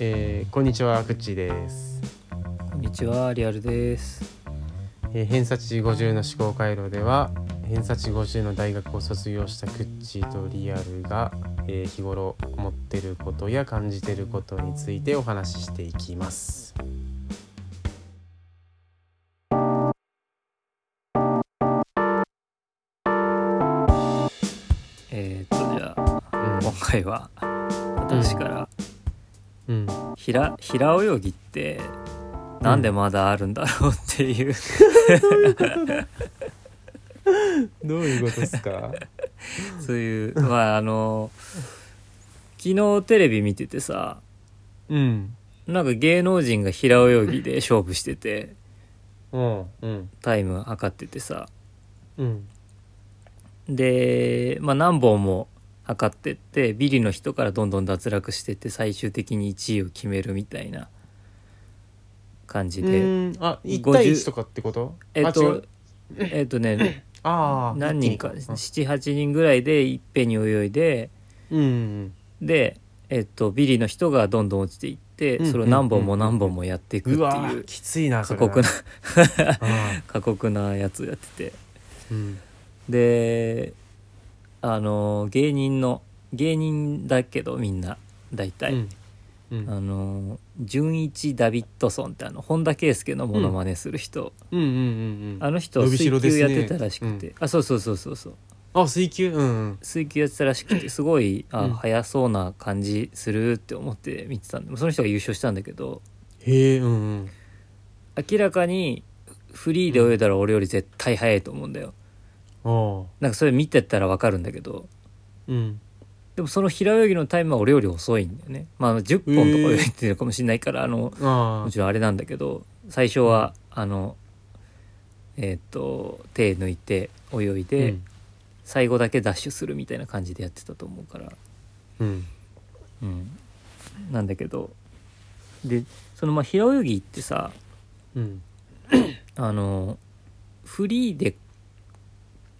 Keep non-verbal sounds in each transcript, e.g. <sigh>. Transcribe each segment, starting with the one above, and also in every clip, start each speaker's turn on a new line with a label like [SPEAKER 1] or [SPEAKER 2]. [SPEAKER 1] えーこんにちはくっちーです、
[SPEAKER 2] こんにちは、リアルです。
[SPEAKER 1] えー偏差値50の思考回路では偏差値50の大学を卒業したくっちーとリアルが、えー日頃思ってることや感じてることについてお話ししていきます
[SPEAKER 2] えー、っと、じゃあ、今回は、私から、
[SPEAKER 1] うん、うん、
[SPEAKER 2] ひら、平泳ぎって、なんでまだあるんだろうっていう、
[SPEAKER 1] どういうことですか
[SPEAKER 2] そういう、まあ、あの、昨日テレビ見ててさ、
[SPEAKER 1] <laughs> うん
[SPEAKER 2] なんか芸能人が平泳ぎで勝負してて、
[SPEAKER 1] うんうん
[SPEAKER 2] タイム測っててさ、
[SPEAKER 1] うん
[SPEAKER 2] で、まあ、何本も測ってって、ビリの人からどんどん脱落してって、最終的に1位を決めるみたいな感じで。
[SPEAKER 1] うんあ1対1とかってこと
[SPEAKER 2] えっ
[SPEAKER 1] あ違
[SPEAKER 2] と
[SPEAKER 1] う、
[SPEAKER 2] えっとね、
[SPEAKER 1] あー
[SPEAKER 2] 何人か、
[SPEAKER 1] 一気に
[SPEAKER 2] 7、8人ぐらいでいっぺんに泳いで、
[SPEAKER 1] うんうん
[SPEAKER 2] で、えっと、ビリの人がどんどん落ちていって
[SPEAKER 1] う、ん
[SPEAKER 2] それを何本
[SPEAKER 1] うんう
[SPEAKER 2] も
[SPEAKER 1] んうん
[SPEAKER 2] 何本もやっていくっ
[SPEAKER 1] う
[SPEAKER 2] て
[SPEAKER 1] わ
[SPEAKER 2] い
[SPEAKER 1] ー
[SPEAKER 2] う、
[SPEAKER 1] きついなそ
[SPEAKER 2] 過
[SPEAKER 1] れな
[SPEAKER 2] 酷な、
[SPEAKER 1] あ
[SPEAKER 2] 過酷なやつやってて。
[SPEAKER 1] ーう
[SPEAKER 2] <laughs>
[SPEAKER 1] ん
[SPEAKER 2] で、あの、芸人の、芸人だけどみんな、大体。
[SPEAKER 1] うんうん
[SPEAKER 2] あの純一ダビッドソンってあの本田圭佑のモノマネする人、
[SPEAKER 1] うんうんうんうん
[SPEAKER 2] あの人
[SPEAKER 1] 伸びしろ
[SPEAKER 2] 水
[SPEAKER 1] です
[SPEAKER 2] 球
[SPEAKER 1] ね
[SPEAKER 2] やってたらしくて、
[SPEAKER 1] う
[SPEAKER 2] あそうそうそうそうそう
[SPEAKER 1] あ水球うんうん
[SPEAKER 2] 水球やってたらしくてすごいあ、
[SPEAKER 1] うん
[SPEAKER 2] 速そうな感じするって思って見てたんでその人が優勝したんだけど
[SPEAKER 1] へえうんうん
[SPEAKER 2] 明らかにフリーで泳いだら俺より絶対速いと思うんだよ
[SPEAKER 1] ああ
[SPEAKER 2] なんかそれ見てたら分かるんだけど
[SPEAKER 1] うん
[SPEAKER 2] でもその平泳ぎのタイムは俺より遅いんだよねまああの10本とか泳いでるかもしれないから、あの
[SPEAKER 1] あ
[SPEAKER 2] も
[SPEAKER 1] あ
[SPEAKER 2] ちろんあれなんだけど最初はあのえーっ、と手抜いて泳いで、
[SPEAKER 1] うん
[SPEAKER 2] 最後だけダッシュするみたいな感じでやってたと思うから
[SPEAKER 1] うん
[SPEAKER 2] うん、なんだけどでそのまあ平泳ぎってさ
[SPEAKER 1] うん
[SPEAKER 2] あのフリーで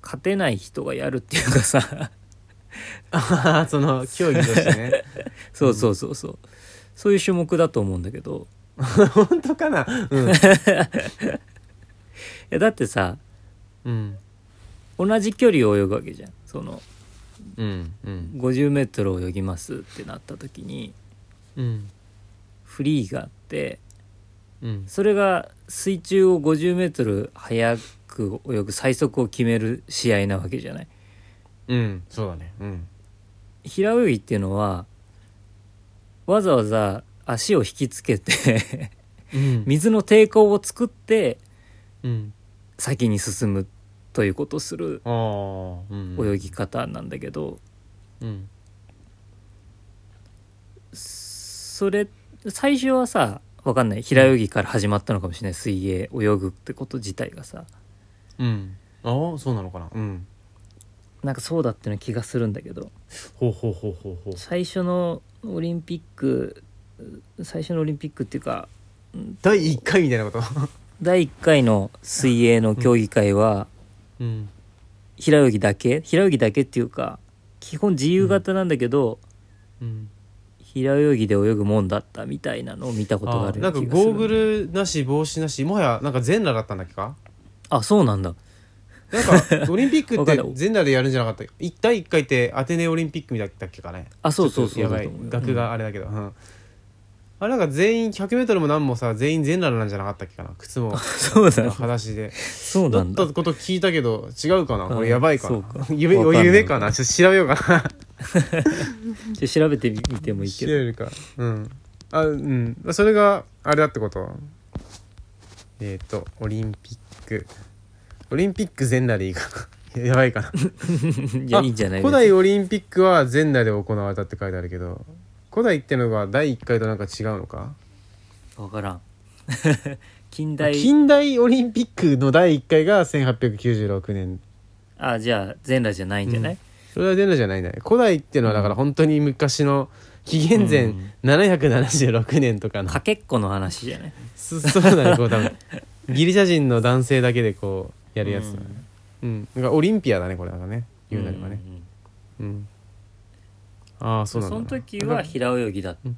[SPEAKER 2] 勝てない人がやるっていうかさ <laughs>
[SPEAKER 1] ああ <laughs> その競技としてね
[SPEAKER 2] そうそうそうそう、そういう種目だと思うんだけど
[SPEAKER 1] 本当かなうん
[SPEAKER 2] いやだってさ
[SPEAKER 1] うん
[SPEAKER 2] 同じ距離を泳ぐわけじゃんその
[SPEAKER 1] うんうん
[SPEAKER 2] 50メートル泳ぎますってなった時に
[SPEAKER 1] うん
[SPEAKER 2] フリーがあって
[SPEAKER 1] うん
[SPEAKER 2] それが水中を50メートル速く泳ぐ最速を決める試合なわけじゃない
[SPEAKER 1] うんそうだねうん
[SPEAKER 2] 平泳ぎっていうのはわざわざ足を引きつけて <laughs>
[SPEAKER 1] うん
[SPEAKER 2] 水の抵抗を作って
[SPEAKER 1] うん
[SPEAKER 2] 先に進むということをする
[SPEAKER 1] ああうん
[SPEAKER 2] 泳ぎ方なんだけど
[SPEAKER 1] うん
[SPEAKER 2] それ最初はさわかんない平泳ぎから始まったのかもしれない水泳泳ぐってこと自体がさ
[SPEAKER 1] うんああそうなのかなうん
[SPEAKER 2] なんかそうだっての気がするんだけど
[SPEAKER 1] ほうほうほうほうほう
[SPEAKER 2] 最初のオリンピック最初のオリンピックっていうか
[SPEAKER 1] 第一回みたいなこと
[SPEAKER 2] 第1回の水泳の競技会は、
[SPEAKER 1] うん
[SPEAKER 2] 平泳ぎだけ平泳ぎだけっていうか基本自由形なんだけど、
[SPEAKER 1] うん
[SPEAKER 2] 平泳ぎで泳ぐもんだったみたいなのを見たことが
[SPEAKER 1] あ
[SPEAKER 2] あ
[SPEAKER 1] ー
[SPEAKER 2] る
[SPEAKER 1] なんか
[SPEAKER 2] 気がする
[SPEAKER 1] ゴーグルなし帽子なしもはやなんか全裸だったんだっけか
[SPEAKER 2] あそうなんだ
[SPEAKER 1] なんかオリンピックっ
[SPEAKER 2] わかん
[SPEAKER 1] て
[SPEAKER 2] ない
[SPEAKER 1] 全裸でやるんじゃなかった一第1回ってアテネオリンピックみたいだっけかね
[SPEAKER 2] あそうそう
[SPEAKER 1] ち
[SPEAKER 2] そ
[SPEAKER 1] ょ
[SPEAKER 2] う
[SPEAKER 1] っと
[SPEAKER 2] だ
[SPEAKER 1] やば
[SPEAKER 2] と
[SPEAKER 1] い
[SPEAKER 2] 思う
[SPEAKER 1] 額があれだけど、うんあれなんか全員 100m も何もさ全員全裸なんじゃなかったっけかな靴も
[SPEAKER 2] そうだ
[SPEAKER 1] 裸足で
[SPEAKER 2] そう
[SPEAKER 1] だ
[SPEAKER 2] な
[SPEAKER 1] っ
[SPEAKER 2] んだ
[SPEAKER 1] たこと聞いたけど違うかな
[SPEAKER 2] うん
[SPEAKER 1] これやばいか
[SPEAKER 2] そ
[SPEAKER 1] な
[SPEAKER 2] うか
[SPEAKER 1] 夢
[SPEAKER 2] わかんない
[SPEAKER 1] 夢かなちょっと調べようか
[SPEAKER 2] ちょ調べてみても
[SPEAKER 1] ない
[SPEAKER 2] い
[SPEAKER 1] 調
[SPEAKER 2] け
[SPEAKER 1] べ
[SPEAKER 2] <laughs> ど
[SPEAKER 1] るかうんあうんそれがあれだってことえっ、とオリンピックオリンピック全裸でいいかな <laughs> やばいかな
[SPEAKER 2] いや
[SPEAKER 1] あ
[SPEAKER 2] いいんじゃない
[SPEAKER 1] 古代オリンピックは全裸で行われたって書いてあるけど古代ってのが第1回となんか違うのか
[SPEAKER 2] 分からん <laughs> 近代
[SPEAKER 1] 近代オリンピックの第1回が1896年
[SPEAKER 2] あじゃあ全裸じゃないんじゃない、
[SPEAKER 1] それは全裸じゃないんだね古代っていうのはだから本当に昔の紀元前776年とかの、
[SPEAKER 2] かけっこの話じゃない
[SPEAKER 1] そそうだねこう多分ギリシャ人の男性だけでこうやるやつだねうん、なんかオリンピアだねこれなんかね言うなればね
[SPEAKER 2] んんん
[SPEAKER 1] うん、ああそうなんだ
[SPEAKER 2] その時は平泳ぎだっっ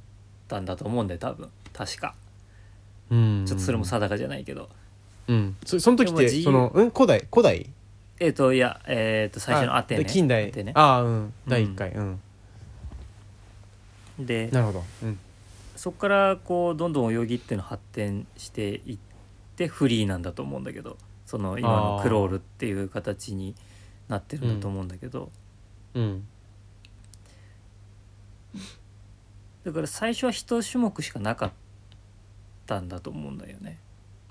[SPEAKER 2] たんだと思うんだよ多分確か
[SPEAKER 1] うん
[SPEAKER 2] ちょっとそれも定かじゃないけど、
[SPEAKER 1] うんそその時っ
[SPEAKER 2] でも
[SPEAKER 1] て
[SPEAKER 2] 自由
[SPEAKER 1] その、うん、古代古代
[SPEAKER 2] えっ、といやえっ、と最初のアテネ
[SPEAKER 1] あ近代
[SPEAKER 2] アテネ
[SPEAKER 1] ああうん第1回うん、
[SPEAKER 2] で
[SPEAKER 1] なるほどうん
[SPEAKER 2] そこからこうどんどん泳ぎっていうの発展していってフリーなんだと思うんだけどその今のクロールっていう形になってるんだと思うんだけど、
[SPEAKER 1] うん
[SPEAKER 2] だから最初は一種目しかなかったんだと思うんだよね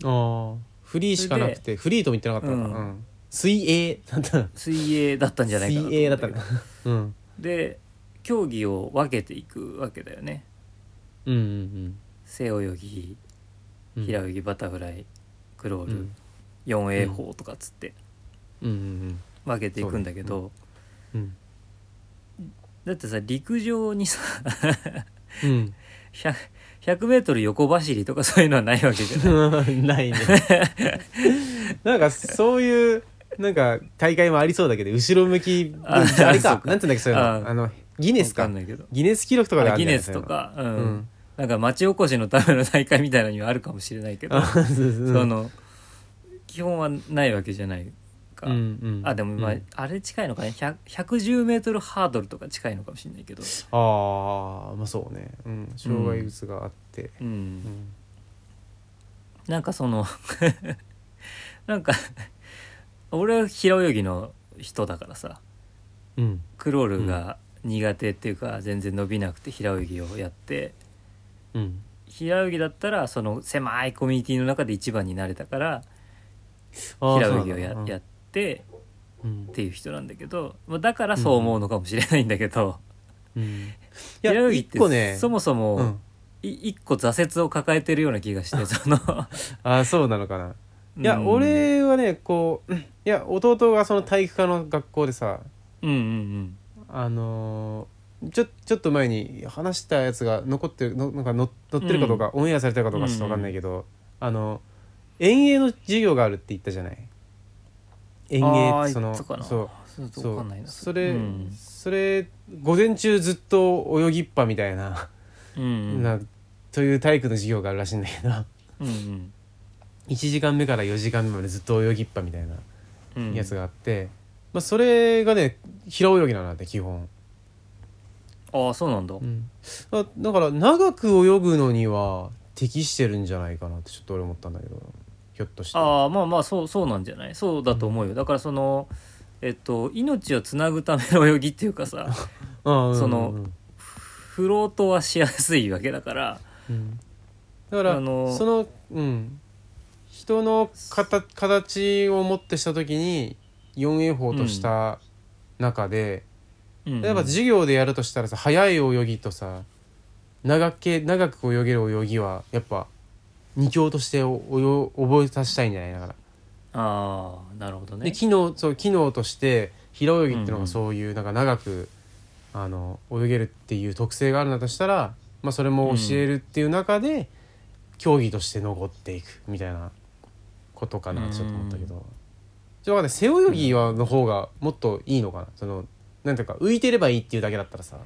[SPEAKER 1] ああフリーしかなくてフリーとも言ってなかったのかな、
[SPEAKER 2] う
[SPEAKER 1] うんん水泳だったな
[SPEAKER 2] 水泳だったんじゃないかなと思
[SPEAKER 1] 水
[SPEAKER 2] うん
[SPEAKER 1] 泳だ
[SPEAKER 2] だ
[SPEAKER 1] った
[SPEAKER 2] け
[SPEAKER 1] の
[SPEAKER 2] ど
[SPEAKER 1] かなうん
[SPEAKER 2] で競技を分けていくわけだよね
[SPEAKER 1] うんうん
[SPEAKER 2] 背泳ぎ
[SPEAKER 1] うん
[SPEAKER 2] 平泳ぎバタフライクロー
[SPEAKER 1] う
[SPEAKER 2] ル、
[SPEAKER 1] ん
[SPEAKER 2] 4A 法とかっつって
[SPEAKER 1] うんうん
[SPEAKER 2] 分けていくんだけど、
[SPEAKER 1] うん
[SPEAKER 2] だってさ陸上にさ
[SPEAKER 1] うん
[SPEAKER 2] 100 100m 横走りとかそういうのはないわけじゃない <laughs>
[SPEAKER 1] うんないねなんかそういうなんか大会もありそうだけど後ろ向き
[SPEAKER 2] あ
[SPEAKER 1] あれ
[SPEAKER 2] そ
[SPEAKER 1] か
[SPEAKER 2] うか
[SPEAKER 1] なんていうんだっけそういう
[SPEAKER 2] あ
[SPEAKER 1] のあのギネス
[SPEAKER 2] わ
[SPEAKER 1] か
[SPEAKER 2] んないけど
[SPEAKER 1] ギネス記録とかであ
[SPEAKER 2] あ
[SPEAKER 1] るん
[SPEAKER 2] ギ
[SPEAKER 1] じゃない
[SPEAKER 2] ネスとかうん、
[SPEAKER 1] そういうのうん
[SPEAKER 2] なんか町おこしのための大会みたいなのにはあるかもしれないけど、
[SPEAKER 1] あそうそうそう
[SPEAKER 2] その基本はないわけじゃないか、
[SPEAKER 1] うんうん
[SPEAKER 2] あでも、まあ
[SPEAKER 1] うん
[SPEAKER 2] あれ近いのかね1 1 0メートルハードルとか近いのかもしれないけど、
[SPEAKER 1] ああまあそうね、うん、障害物があって、
[SPEAKER 2] うん
[SPEAKER 1] うん
[SPEAKER 2] なんかその <laughs> なんか俺は平泳ぎの人だからさ
[SPEAKER 1] うん
[SPEAKER 2] クロールが苦手っていうか全然伸びなくて平泳ぎをやって
[SPEAKER 1] うん、
[SPEAKER 2] 平泳ぎだったらその狭いコミュニティの中で一番になれたから
[SPEAKER 1] あー
[SPEAKER 2] 平泳ぎをや
[SPEAKER 1] そうなんだ
[SPEAKER 2] やって
[SPEAKER 1] うん
[SPEAKER 2] っていう人なんだけど、まあ、だからそう思うのかもしれないんだけど、
[SPEAKER 1] うん、いや
[SPEAKER 2] 平泳ぎっ
[SPEAKER 1] 一個
[SPEAKER 2] て
[SPEAKER 1] ね
[SPEAKER 2] そもそも、
[SPEAKER 1] うん、
[SPEAKER 2] い一個挫折を抱えてるような気が
[SPEAKER 1] <laughs>
[SPEAKER 2] してその
[SPEAKER 1] あーそうなのかな
[SPEAKER 2] うん
[SPEAKER 1] いや、俺はねこううんいや弟がその体育科の学校でさ
[SPEAKER 2] うんうん
[SPEAKER 1] あのーちょちょっと前に話したやつが残ってるのなんかの載ってるかどうか、オンエアされたかどうかちょっと分かんないけど、あの遠泳の授業があるって言ったじゃない
[SPEAKER 2] うん
[SPEAKER 1] 遠泳っ
[SPEAKER 2] あ
[SPEAKER 1] て
[SPEAKER 2] ー
[SPEAKER 1] その
[SPEAKER 2] いつかな
[SPEAKER 1] そう
[SPEAKER 2] そうそう
[SPEAKER 1] そ
[SPEAKER 2] わか
[SPEAKER 1] うん
[SPEAKER 2] ないな
[SPEAKER 1] それ、
[SPEAKER 2] うん
[SPEAKER 1] それ午前中ずっと泳ぎっぱみたいな,、
[SPEAKER 2] うんうん
[SPEAKER 1] なという体育の授業があるらしいんだけど <laughs>
[SPEAKER 2] うん
[SPEAKER 1] 1時間目から4時間目までずっと泳ぎっぱみたいな
[SPEAKER 2] うん
[SPEAKER 1] やつがあって、まあ、それがね平泳ぎなんだって基本、
[SPEAKER 2] ああそうなんだ、
[SPEAKER 1] だだから長く泳ぐのには適してるんじゃないかなってちょっと俺思ったんだけどひょっとして
[SPEAKER 2] ああまあまあそうそうなんじゃないそうだと思うよ、だからそのえっと命をつなぐための泳ぎっていうかさ
[SPEAKER 1] あ
[SPEAKER 2] そのフロートはしやすいわけだから
[SPEAKER 1] だから、
[SPEAKER 2] あの
[SPEAKER 1] そのうん人の形形をもってした時に 4A 法とした中で、例えば授業でやるとしたらさ速い泳ぎとさ長け長く泳げる泳ぎはやっぱ二強としておお覚えさせたいんじゃないだから、
[SPEAKER 2] ああなるほど
[SPEAKER 1] で
[SPEAKER 2] ね
[SPEAKER 1] 機能そう機能として平泳ぎっていうのがそういう、なんか長くあの泳げるっていう特性があるんだとしたら、まあ、それも教えるっていう中で、競技として残っていくみたいなことかなってちょっと思ったけど、ちょっと待って背泳ぎはの方がもっといいのかなそのなんていうか浮いてればいいっていうだけだったらさ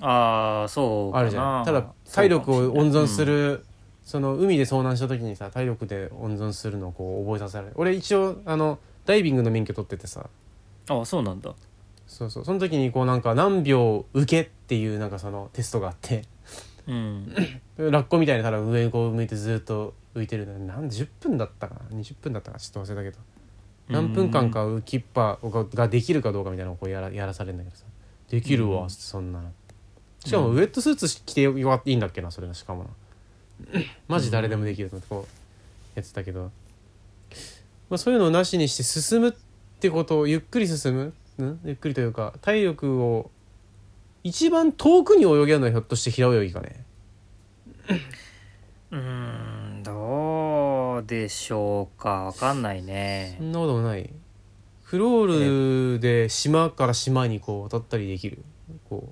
[SPEAKER 2] ああそうかな
[SPEAKER 1] あるじゃんただ体力を温存す、るその海で遭難した時にさ体力で温存するのをこう覚えさせられる俺一応あのダイビングの免許取っててさ
[SPEAKER 2] そうかもしれないうんああそうなんだ
[SPEAKER 1] そうそうその時にこうなんか何秒受けっていうなんかそのテストがあって <laughs>
[SPEAKER 2] うん
[SPEAKER 1] ラッコみたいにただ上にこう向いてずっと浮いてるのなん10分だったかな20分だったかちょっと忘れたけど <laughs> 何分間か浮きっぱができるかどうかみたいなのをこうやらやらされるんだけどさできる
[SPEAKER 2] う
[SPEAKER 1] わ
[SPEAKER 2] ん
[SPEAKER 1] そんなのしかもウエットスーツ着てよかったいいんだっけなそれなしかもなマジ誰でもできると思ってこうやってたけど、まあ、そういうのをなしにして進むってことをゆっくり進む、ん、ゆっくりというか体力を一番遠くに泳げるのはひょっとして平泳ぎかね
[SPEAKER 2] うーんどうでしょうかわかんないね
[SPEAKER 1] そんなこともないクロールで島から島にこう渡ったりできるこ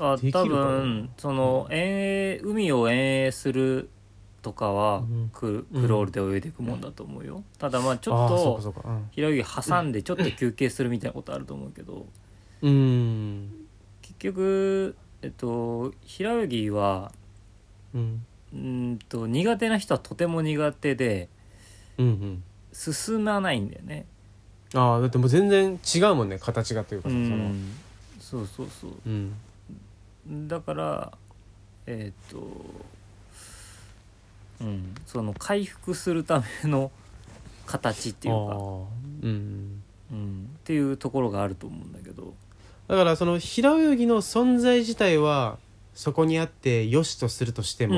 [SPEAKER 1] う
[SPEAKER 2] あ
[SPEAKER 1] できる
[SPEAKER 2] 多
[SPEAKER 1] かな
[SPEAKER 2] 分その遠泳海を遠泳するとか
[SPEAKER 1] う
[SPEAKER 2] は
[SPEAKER 1] ん
[SPEAKER 2] ク,、
[SPEAKER 1] うん
[SPEAKER 2] クロールで泳いでいくもんだと思うよ、ただまあちょ
[SPEAKER 1] あ
[SPEAKER 2] っ
[SPEAKER 1] あそうかそ
[SPEAKER 2] と
[SPEAKER 1] うかうん
[SPEAKER 2] 平泳ぎ挟んでちょっと休憩するみたいなことあると思うけど
[SPEAKER 1] うーん
[SPEAKER 2] 結局えっと平泳ぎは
[SPEAKER 1] うん
[SPEAKER 2] うーんと苦手な人はとても苦手で
[SPEAKER 1] うんうん
[SPEAKER 2] 進まないんだよね。
[SPEAKER 1] ああだってもう全然違うもんね形がというか
[SPEAKER 2] う
[SPEAKER 1] さその
[SPEAKER 2] ん、そうそうそう
[SPEAKER 1] うん
[SPEAKER 2] だからえっ、とうんその回復するための <laughs> 形っていう
[SPEAKER 1] あ
[SPEAKER 2] か、
[SPEAKER 1] ーうん
[SPEAKER 2] うん、っていうところがあると思うんだけど
[SPEAKER 1] だからその平泳ぎの存在自体はそこにあって良しとするとしても、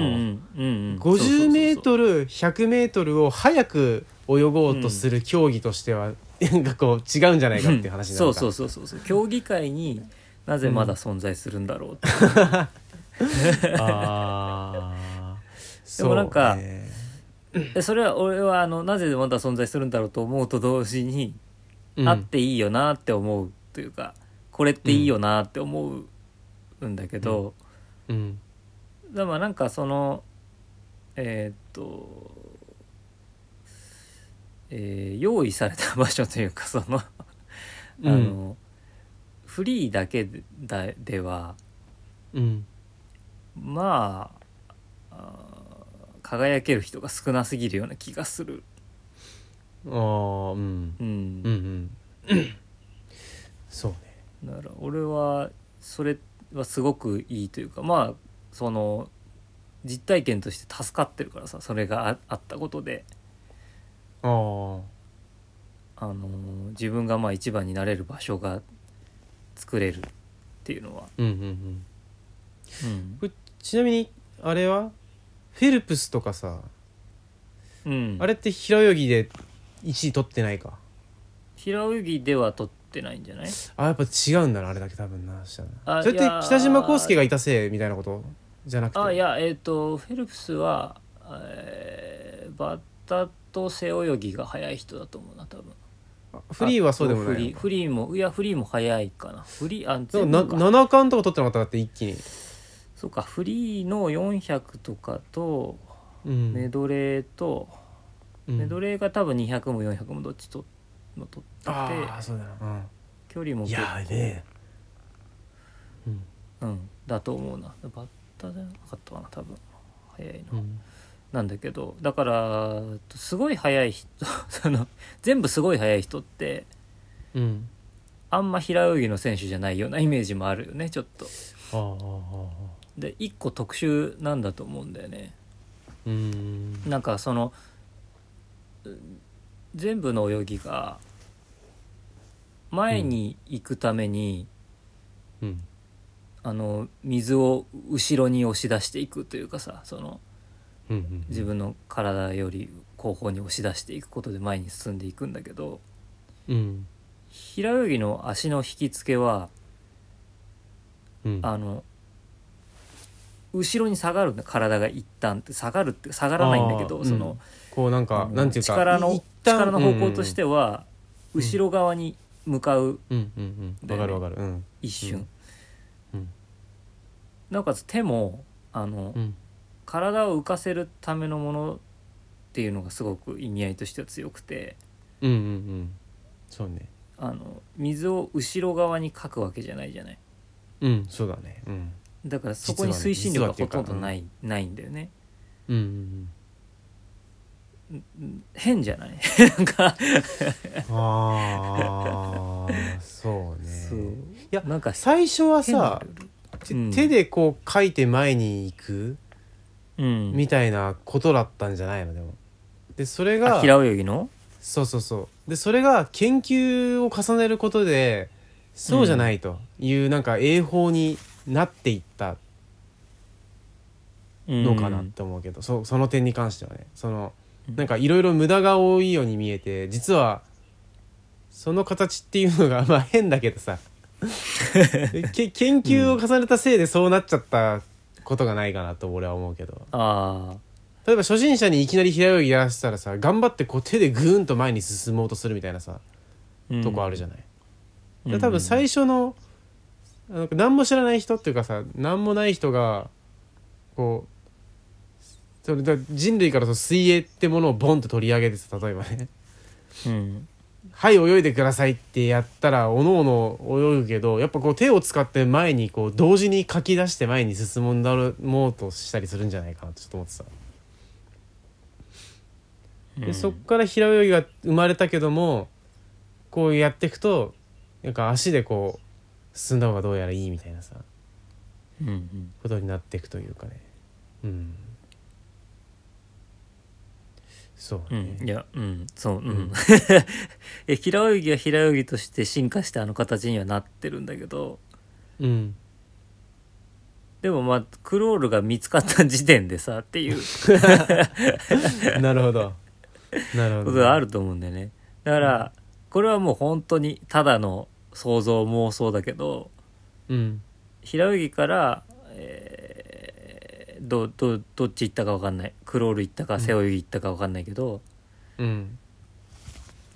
[SPEAKER 2] 5
[SPEAKER 1] 50メートル100メートルを早く泳ごうとする競技としては、なんかこう違うんじゃないかっていう話にな
[SPEAKER 2] そ
[SPEAKER 1] る
[SPEAKER 2] う
[SPEAKER 1] か
[SPEAKER 2] そうそうそうそう競技会になぜまだ存在するんだろうって、
[SPEAKER 1] ああ
[SPEAKER 2] <laughs> でもなんか
[SPEAKER 1] そうね
[SPEAKER 2] でそれは俺はあのなぜまだ存在するんだろうと思うと同時に、
[SPEAKER 1] うん
[SPEAKER 2] あっていいよなって思うというかこれっていいよなって思うんだけど、
[SPEAKER 1] うん
[SPEAKER 2] でもなんかそのえーっと、えー用意された場所というかそのあ
[SPEAKER 1] うん
[SPEAKER 2] の、フリーだけでだでは
[SPEAKER 1] うん
[SPEAKER 2] まああー輝ける人が少なすぎるような気がする。
[SPEAKER 1] あーうん
[SPEAKER 2] うん
[SPEAKER 1] うんうんそうね
[SPEAKER 2] だから俺はそれはすごくいいというかまあその実体験として助かってるからさそれがああったことで。
[SPEAKER 1] ああ
[SPEAKER 2] あのー自分がまあ一番になれる場所が作れるっていうのは、
[SPEAKER 1] うんうんうん
[SPEAKER 2] うん
[SPEAKER 1] これちなみにあれはフェルプスとかさ
[SPEAKER 2] うん
[SPEAKER 1] あれって平泳ぎで1位取ってないか
[SPEAKER 2] 平泳ぎでは取ってないんじゃない
[SPEAKER 1] あやっぱ違うんだなあれだけ多分なしたら
[SPEAKER 2] あ
[SPEAKER 1] それって
[SPEAKER 2] いやー
[SPEAKER 1] 北島康介がいたせいみたいなことじゃなくて
[SPEAKER 2] あいやえっ、とフェルプスは、えーバッタと背泳ぎが速い人だと思うな多分
[SPEAKER 1] フリーはそうでもな
[SPEAKER 2] あとフリ
[SPEAKER 1] い
[SPEAKER 2] ー
[SPEAKER 1] のか
[SPEAKER 2] フリーもいやフリーも速いかなフリーあ
[SPEAKER 1] でも
[SPEAKER 2] 全
[SPEAKER 1] な
[SPEAKER 2] 部か
[SPEAKER 1] 7冠とか取ってなかっただって一気に、
[SPEAKER 2] そうかフリーの400とかと
[SPEAKER 1] うん
[SPEAKER 2] メドレーと、
[SPEAKER 1] うん
[SPEAKER 2] メドレーが多分200も400もどっちとも取ってて
[SPEAKER 1] ああそうだな、
[SPEAKER 2] 距離
[SPEAKER 1] う
[SPEAKER 2] も
[SPEAKER 1] ん、い
[SPEAKER 2] 結構
[SPEAKER 1] やーねうん
[SPEAKER 2] うん、だと思うなバッタじゃなかったかな多分早いの、
[SPEAKER 1] うん
[SPEAKER 2] なんだけどだからえっとすごい速い人 <laughs> その全部すごい速い人って
[SPEAKER 1] うん
[SPEAKER 2] あんま平泳ぎの選手じゃないようなイメージもあるよねちょっと
[SPEAKER 1] あーあーあー
[SPEAKER 2] で一個特殊なんだと思うんだよね
[SPEAKER 1] うーん
[SPEAKER 2] なんかそのうん全部の泳ぎが前に行くために、
[SPEAKER 1] うん
[SPEAKER 2] あの水を後ろに押し出していくというかさその
[SPEAKER 1] うんうん
[SPEAKER 2] 自分の体より後方に押し出していくことで前に進んでいくんだけど
[SPEAKER 1] うん
[SPEAKER 2] 平泳ぎの足の引き付けは
[SPEAKER 1] うん
[SPEAKER 2] あの後ろに下がるんだ体が一旦って下がるって下がらないんだけ
[SPEAKER 1] あ
[SPEAKER 2] ど
[SPEAKER 1] ー
[SPEAKER 2] その、
[SPEAKER 1] こうなんか
[SPEAKER 2] あの
[SPEAKER 1] なんていうか
[SPEAKER 2] 力の
[SPEAKER 1] 一旦
[SPEAKER 2] 力の方向としては
[SPEAKER 1] うん
[SPEAKER 2] 後ろ側に向かう
[SPEAKER 1] うんうんうんわかるわかるうん
[SPEAKER 2] 一瞬、
[SPEAKER 1] うんうん
[SPEAKER 2] なおかつ手もあの、
[SPEAKER 1] うん
[SPEAKER 2] 体を浮かせるためのものっていうのがすごく意味合いとしては強くて。
[SPEAKER 1] うんうんうんそうね
[SPEAKER 2] あの水を後ろ側にかくわけじゃないじゃない
[SPEAKER 1] うんそうだねうん
[SPEAKER 2] だからそこに推進力がほとんどない,、ないんだよね
[SPEAKER 1] うんうん
[SPEAKER 2] うん変じゃないなんか、
[SPEAKER 1] うんああそうね
[SPEAKER 2] い
[SPEAKER 1] や
[SPEAKER 2] なんか
[SPEAKER 1] 最初は
[SPEAKER 2] 変な
[SPEAKER 1] さ
[SPEAKER 2] ルール
[SPEAKER 1] て
[SPEAKER 2] うん
[SPEAKER 1] 手でこう書いて前に行く
[SPEAKER 2] うん、
[SPEAKER 1] みたいなことだったんじゃないのでもでそれ
[SPEAKER 2] あ
[SPEAKER 1] が
[SPEAKER 2] 平泳ぎの
[SPEAKER 1] そうそうそうでそれが研究を重ねることでそうじゃないというなんか泳法になっていったのかなって思うけど、そその点に関してはねその
[SPEAKER 2] うん
[SPEAKER 1] なんかいろいろ無駄が多いように見えて実はその形っていうのがまあ変だけど
[SPEAKER 2] <laughs>
[SPEAKER 1] さけ研究を重ねたせいでそうなっちゃったことがないかなと俺は思うけど
[SPEAKER 2] あ
[SPEAKER 1] 例えば初心者にいきなり平泳ぎやらせたらさ頑張ってこう手でグーンと前に進もうとするみたいなさ、
[SPEAKER 2] あ
[SPEAKER 1] とこあるじゃない。
[SPEAKER 2] ゃ
[SPEAKER 1] で多分最初のなんか何も知らない人っていうかさ何もない人がこうそれだ人類からその水泳ってものをボンと取り上げてさ例えばね
[SPEAKER 2] うん
[SPEAKER 1] はい泳いでください」ってやったらおのおの泳ぐけどやっぱこう手を使って前にこう同時に書き出して前に進もんだろもうとしたりするんじゃないかなってちょっと思ってた。
[SPEAKER 2] う
[SPEAKER 1] で
[SPEAKER 2] ん
[SPEAKER 1] そっから平泳ぎが生まれたけどもこうやっていくとなんか足でこう進んだ方がどうやらいいみたいなさ
[SPEAKER 2] うんうん
[SPEAKER 1] ことになっていくというかねうんそう
[SPEAKER 2] う
[SPEAKER 1] ね、
[SPEAKER 2] ん、いやうんそううん、
[SPEAKER 1] うん
[SPEAKER 2] <laughs> え平泳ぎは平泳ぎとして進化してあの形にはなってるんだけど
[SPEAKER 1] うん、
[SPEAKER 2] でもまあクロールが見つかった時点でさっていう
[SPEAKER 1] なるほどなるほ
[SPEAKER 2] こ
[SPEAKER 1] ど
[SPEAKER 2] とがあると思うんだよねだからこれはもう本当にただの想像妄想だけど
[SPEAKER 1] うん
[SPEAKER 2] 平泳ぎから、えーどどどっち行ったか分かんないクロール行ったか背泳ぎ行ったか分かんないけど、
[SPEAKER 1] うん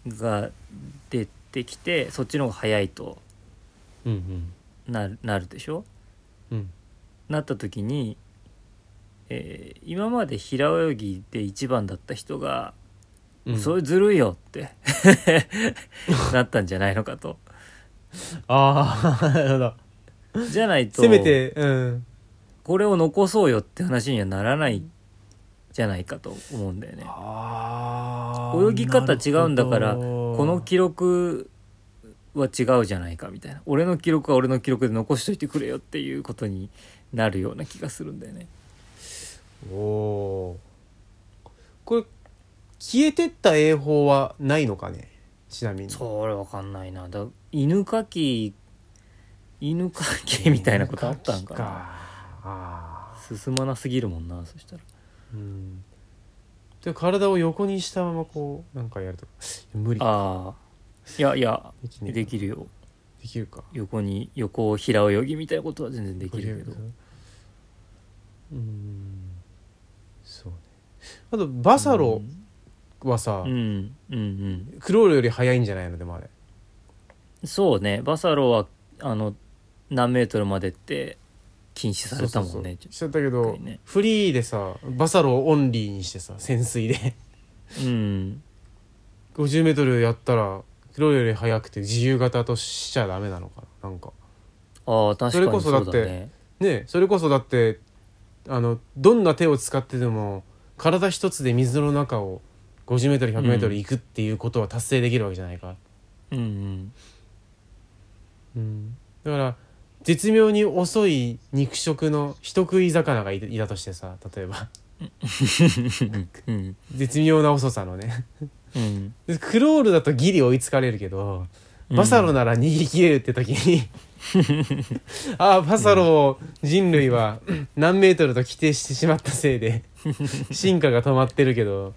[SPEAKER 2] が出てきてそっちの方が早いと
[SPEAKER 1] うんうん
[SPEAKER 2] なるなるでしょ
[SPEAKER 1] うん
[SPEAKER 2] なった時に、えー今まで平泳ぎで一番だった人が、
[SPEAKER 1] うん
[SPEAKER 2] それずるいよって <laughs> なったんじゃないのかと。
[SPEAKER 1] ああなるほど
[SPEAKER 2] じゃないと
[SPEAKER 1] せめてうん
[SPEAKER 2] これを残そうよって話にはならないじゃないかと思うんだよね。
[SPEAKER 1] あ
[SPEAKER 2] 泳ぎ方違うんだからこ
[SPEAKER 1] こ
[SPEAKER 2] の記録は違うじゃないかみたいな俺の記録は俺の記録で残しといてくれよっていうことになるような気がするんだよね。
[SPEAKER 1] おおーこれ消えてった泳法はないのかねちなみに
[SPEAKER 2] それわかんないなだ犬かき犬かきみたいなことあったんかな
[SPEAKER 1] ああ
[SPEAKER 2] 進まなすぎるもんなそしたら
[SPEAKER 1] うんで体を横にしたままこうなんかやるとか無理
[SPEAKER 2] ああいやいや
[SPEAKER 1] できねえ
[SPEAKER 2] できるよ
[SPEAKER 1] できるか
[SPEAKER 2] 横に横を平泳ぎみたいなことは全然できるけど
[SPEAKER 1] うんそうねあとバサロはさ、
[SPEAKER 2] うんうんうん
[SPEAKER 1] クロールより速いんじゃないのでもあれ
[SPEAKER 2] そうねバサロはあの何メートルまでって禁止されたもんね
[SPEAKER 1] そうそうそうしちゃったけど、
[SPEAKER 2] 一回ね
[SPEAKER 1] フリーでさバサロをオンリーにしてさ潜水で <laughs>
[SPEAKER 2] うん
[SPEAKER 1] 50m やったらクロールより速くて自由形としちゃダメなのかななんか
[SPEAKER 2] ああ確かに
[SPEAKER 1] それこそだって
[SPEAKER 2] そうだね
[SPEAKER 1] ねえそれこそだってあのどんな手を使ってでも体一つで水の中を 50m100m
[SPEAKER 2] うん
[SPEAKER 1] 行くっていうことは達成できるわけじゃないか、
[SPEAKER 2] うんうん
[SPEAKER 1] うんだから絶妙に遅い肉食の人食い魚がいいたとしてさ例えば
[SPEAKER 2] うん
[SPEAKER 1] 絶妙な遅さのね
[SPEAKER 2] うん
[SPEAKER 1] でクロールだとギリ追いつかれるけど
[SPEAKER 2] うん
[SPEAKER 1] バサロなら逃げ切れるって時
[SPEAKER 2] <laughs>
[SPEAKER 1] にああバサロを人類は何メートルと規定してしまったせい
[SPEAKER 2] <laughs>
[SPEAKER 1] で進化が止まってるけど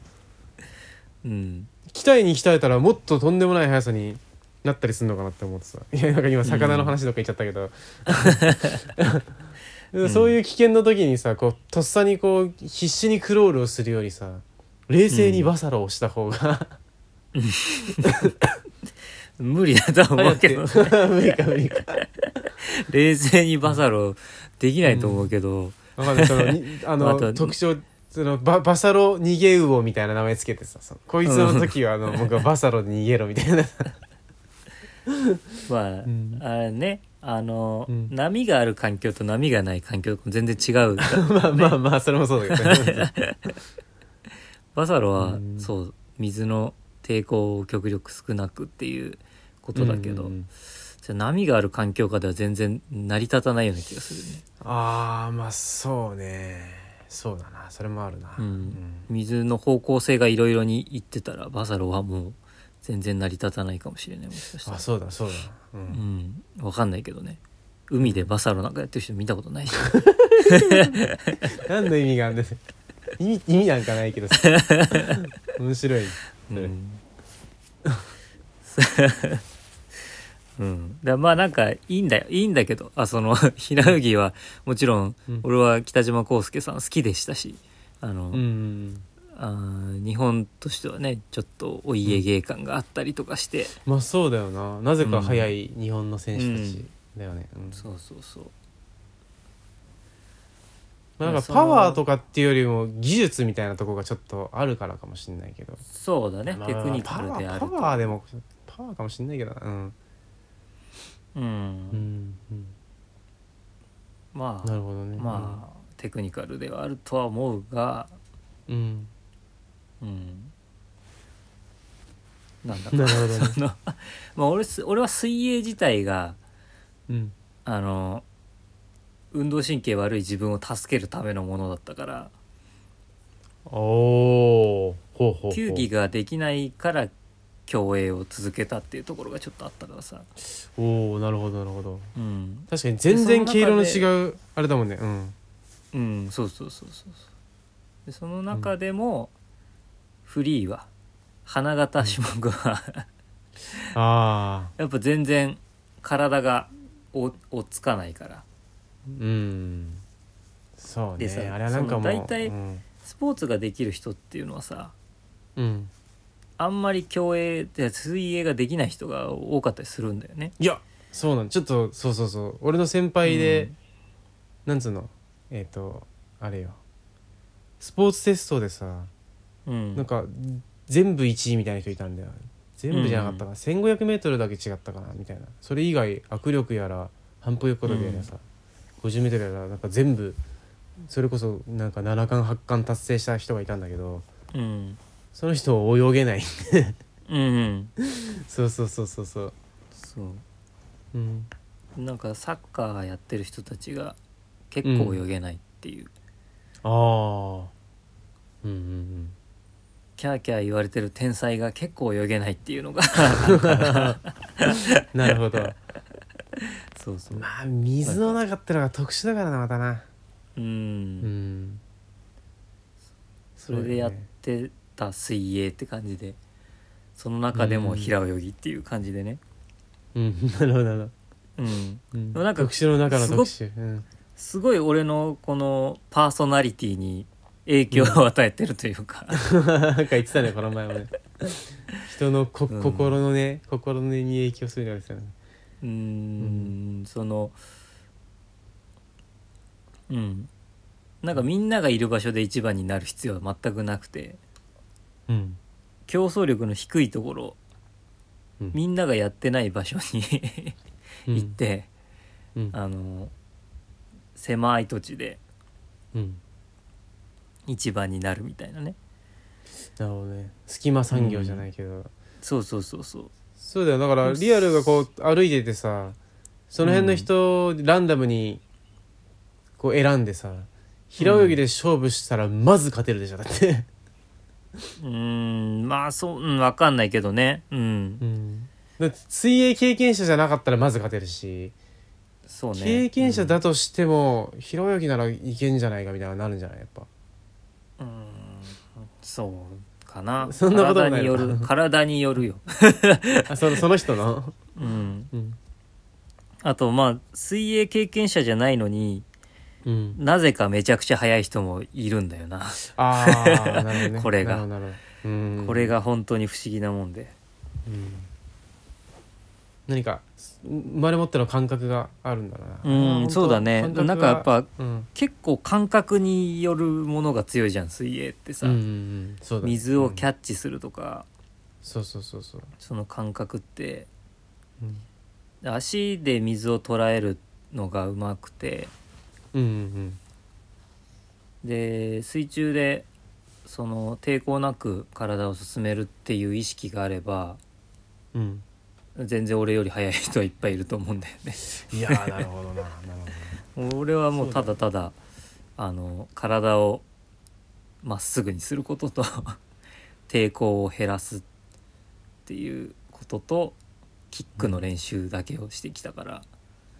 [SPEAKER 2] うん
[SPEAKER 1] 鍛えに鍛えたらもっととんでもない速さになったりするのかなって思ってさいやなんか今魚の話とか言っちゃったけど、
[SPEAKER 2] ん
[SPEAKER 1] そういう危険の時にさこうとっさにこう必死にクロールをするよりさ冷静にバサロをした方 <laughs> が、
[SPEAKER 2] 無理だとは思うけどね
[SPEAKER 1] 無理か無理か
[SPEAKER 2] 冷静にバサロできないと思うけど、
[SPEAKER 1] わかんないその <laughs> にあの
[SPEAKER 2] あと
[SPEAKER 1] 特徴そのババサロ逃げ魚みたいな名前つけてさそのこいつの時はあ <laughs> の僕はバサロで逃げろみたいな
[SPEAKER 2] まあ、
[SPEAKER 1] うん
[SPEAKER 2] あれねあの、
[SPEAKER 1] うん
[SPEAKER 2] 波がある環境と波がない環境と全然違
[SPEAKER 1] <laughs>
[SPEAKER 2] うから
[SPEAKER 1] <laughs> まあまあまあそれも <laughs> そうだけどね
[SPEAKER 2] バサロは、
[SPEAKER 1] うん
[SPEAKER 2] そう水の抵抗を極力少なくっていうことだけど、
[SPEAKER 1] うん
[SPEAKER 2] じゃあ波がある環境下では全然成り立たないような気がするね
[SPEAKER 1] ああまあそうねそうだなそれもあるな、
[SPEAKER 2] うん水の方向性がいろいろにいってたらバサロはもう全然成り立たないかもしれないもしかした
[SPEAKER 1] あ
[SPEAKER 2] ら
[SPEAKER 1] そうだそうだ、う、
[SPEAKER 2] うんんわかんないけどね海でバサロなんかやってる人見たことないし
[SPEAKER 1] 何の意味があるんです <laughs> 意味意味なんかないけど <laughs> さ面白い、
[SPEAKER 2] う
[SPEAKER 1] それ
[SPEAKER 2] ん、 <laughs> うん、だからまあなんかいいんだよいいんだけどあその <laughs> 平泳ぎはもちろん
[SPEAKER 1] うん
[SPEAKER 2] 俺は北島康介さん好きでしたしあの、
[SPEAKER 1] うん
[SPEAKER 2] あー日本としてはねちょっとお家芸感があったりとかして、
[SPEAKER 1] まあそうだよななぜか速い日本の選手たちだよね、うん
[SPEAKER 2] そうそうそう
[SPEAKER 1] まあ、な
[SPEAKER 2] いや
[SPEAKER 1] ん
[SPEAKER 2] そ
[SPEAKER 1] か
[SPEAKER 2] の
[SPEAKER 1] パワーとかっていうよりも技術みたいなとこがちょっとあるからかもしれないけど、
[SPEAKER 2] そうだね、
[SPEAKER 1] まあ
[SPEAKER 2] テクニ
[SPEAKER 1] パ
[SPEAKER 2] カル
[SPEAKER 1] ワ
[SPEAKER 2] で
[SPEAKER 1] ー
[SPEAKER 2] ある
[SPEAKER 1] パ
[SPEAKER 2] と
[SPEAKER 1] ワーでもパワーかもしんないけどなうん、
[SPEAKER 2] う
[SPEAKER 1] う
[SPEAKER 2] ん
[SPEAKER 1] んうん、
[SPEAKER 2] ま
[SPEAKER 1] な
[SPEAKER 2] あ
[SPEAKER 1] るほどね
[SPEAKER 2] まあテクニカルではあるとは思うが、
[SPEAKER 1] うん、
[SPEAKER 2] うん、なんだ
[SPEAKER 1] うん、
[SPEAKER 2] ろ
[SPEAKER 1] な
[SPEAKER 2] う、
[SPEAKER 1] るほどね
[SPEAKER 2] まあ俺す俺は水泳自体が
[SPEAKER 1] うん、
[SPEAKER 2] あの運動神経悪い自分を助けるためのものだったから
[SPEAKER 1] お <laughs> おほうほうほう
[SPEAKER 2] 球技ができないから競泳を続けたっていうところがちょっとあったからさ、
[SPEAKER 1] おおなるほどなるほど
[SPEAKER 2] うん
[SPEAKER 1] 確かに全然
[SPEAKER 2] で
[SPEAKER 1] 毛色の
[SPEAKER 2] その
[SPEAKER 1] 違うあれだもんねうん
[SPEAKER 2] うん、そうそうそうそうそうでその中でも、フリーは花形種目は
[SPEAKER 1] ああ
[SPEAKER 2] やっぱ全然体がお追っつかないから
[SPEAKER 1] うんそう
[SPEAKER 2] で
[SPEAKER 1] ね
[SPEAKER 2] さ
[SPEAKER 1] あれはなんかもう
[SPEAKER 2] その大体
[SPEAKER 1] うん、
[SPEAKER 2] スポーツができる人っていうのはさ
[SPEAKER 1] うん、
[SPEAKER 2] あんまり競泳って水泳ができない人が多かったりするんだよね。
[SPEAKER 1] いやそうなんちょっとそうそうそう俺の先輩で、
[SPEAKER 2] うん
[SPEAKER 1] なんつうのえっ、とあれよスポーツテストでさ
[SPEAKER 2] うん
[SPEAKER 1] なんか全部1位みたいな人いたんだよ全部じゃなかったかな、1500m だけ違ったかなみたいなそれ以外握力やら反復横跳びやらさ、50m やらなんか全部それこそなんか7冠8冠達成した人がいたんだけど
[SPEAKER 2] うん
[SPEAKER 1] その人を泳げない <laughs>
[SPEAKER 2] うん
[SPEAKER 1] そうそうそうそうそう
[SPEAKER 2] そ
[SPEAKER 1] うん
[SPEAKER 2] うなんかサッカーやってる人たちが結構泳げないっていう、
[SPEAKER 1] ああうんうんうん
[SPEAKER 2] キャーキャー言われてる天才が結構泳げないっていうのが
[SPEAKER 1] なるほど
[SPEAKER 2] <laughs> そうそ
[SPEAKER 1] <laughs>
[SPEAKER 2] う
[SPEAKER 1] まあ水の中ってのが特殊だからなまたな
[SPEAKER 2] うん、
[SPEAKER 1] うん
[SPEAKER 2] それでやってた水泳って感じでその中でも平泳ぎっていう感じでね
[SPEAKER 1] うんなるほどなるほど
[SPEAKER 2] うん
[SPEAKER 1] うん
[SPEAKER 2] なんか
[SPEAKER 1] 特殊の中の特殊うん
[SPEAKER 2] すごい俺のこのパーソナリティに影響を与えてるというか
[SPEAKER 1] なんか言ってたねこの前もね人のこ
[SPEAKER 2] うん
[SPEAKER 1] 心のね、心の根に影響するみたいな
[SPEAKER 2] うーんそのうんなんかみんながいる場所で一番になる必要は全くなくて
[SPEAKER 1] うん
[SPEAKER 2] 競争力の低いところ
[SPEAKER 1] うん
[SPEAKER 2] みんながやってない場所に <laughs> 行って、
[SPEAKER 1] うん
[SPEAKER 2] あの狭い土地で
[SPEAKER 1] うん
[SPEAKER 2] 一番になるみたいなね
[SPEAKER 1] なるほどね隙間産業じゃないけど、
[SPEAKER 2] そうそうそうそう
[SPEAKER 1] そうだよだからリアルがこう歩いててさその辺の人、ランダムにこう選んでさ平泳ぎで勝負したらまず勝てるでしょだって
[SPEAKER 2] うーんまあそう、うん、わかんないけどねうん
[SPEAKER 1] うん <laughs> だって水泳経験者じゃなかったらまず勝てるし、
[SPEAKER 2] そうね
[SPEAKER 1] 経験者だとしても平泳ぎならいけんじゃないかみたいななるんじゃないやっぱ
[SPEAKER 2] うん、うんそうかな
[SPEAKER 1] そんなことも
[SPEAKER 2] 体
[SPEAKER 1] ない
[SPEAKER 2] による体によるよ、
[SPEAKER 1] あそのその人の、
[SPEAKER 2] うん、
[SPEAKER 1] うん
[SPEAKER 2] あとまあ水泳経験者じゃないのに
[SPEAKER 1] うん、
[SPEAKER 2] なぜかめちゃくちゃ速い人もいるんだよな、
[SPEAKER 1] ああなるほどね
[SPEAKER 2] <laughs> これ
[SPEAKER 1] な
[SPEAKER 2] が
[SPEAKER 1] るほどなるほどうん
[SPEAKER 2] これが本当に不思議なもんで
[SPEAKER 1] うん何か生まれ持っての感覚があるんだろう
[SPEAKER 2] う
[SPEAKER 1] なあ
[SPEAKER 2] ん
[SPEAKER 1] ー
[SPEAKER 2] そうだね
[SPEAKER 1] 本当
[SPEAKER 2] なんかやっぱ
[SPEAKER 1] 感覚がうん
[SPEAKER 2] 結構感覚によるものが強いじゃん水泳ってさ、
[SPEAKER 1] うんうんうんそうだね
[SPEAKER 2] 水をキ
[SPEAKER 1] うん
[SPEAKER 2] ャッチするとか、
[SPEAKER 1] そうそうそうそう
[SPEAKER 2] その感覚って
[SPEAKER 1] うん
[SPEAKER 2] 足で水を捉えるのがうまくて
[SPEAKER 1] うんうん
[SPEAKER 2] で水中でその抵抗なく体を進めるっていう意識があれば
[SPEAKER 1] うん
[SPEAKER 2] 全然俺より速い人はいっぱいいると思うんだよね。
[SPEAKER 1] いやーなるほどななるほど
[SPEAKER 2] 俺はもうただただあの体をまっすぐにすることと <laughs> 抵抗を減らすっていうこととキックの練習だけをしてきたから、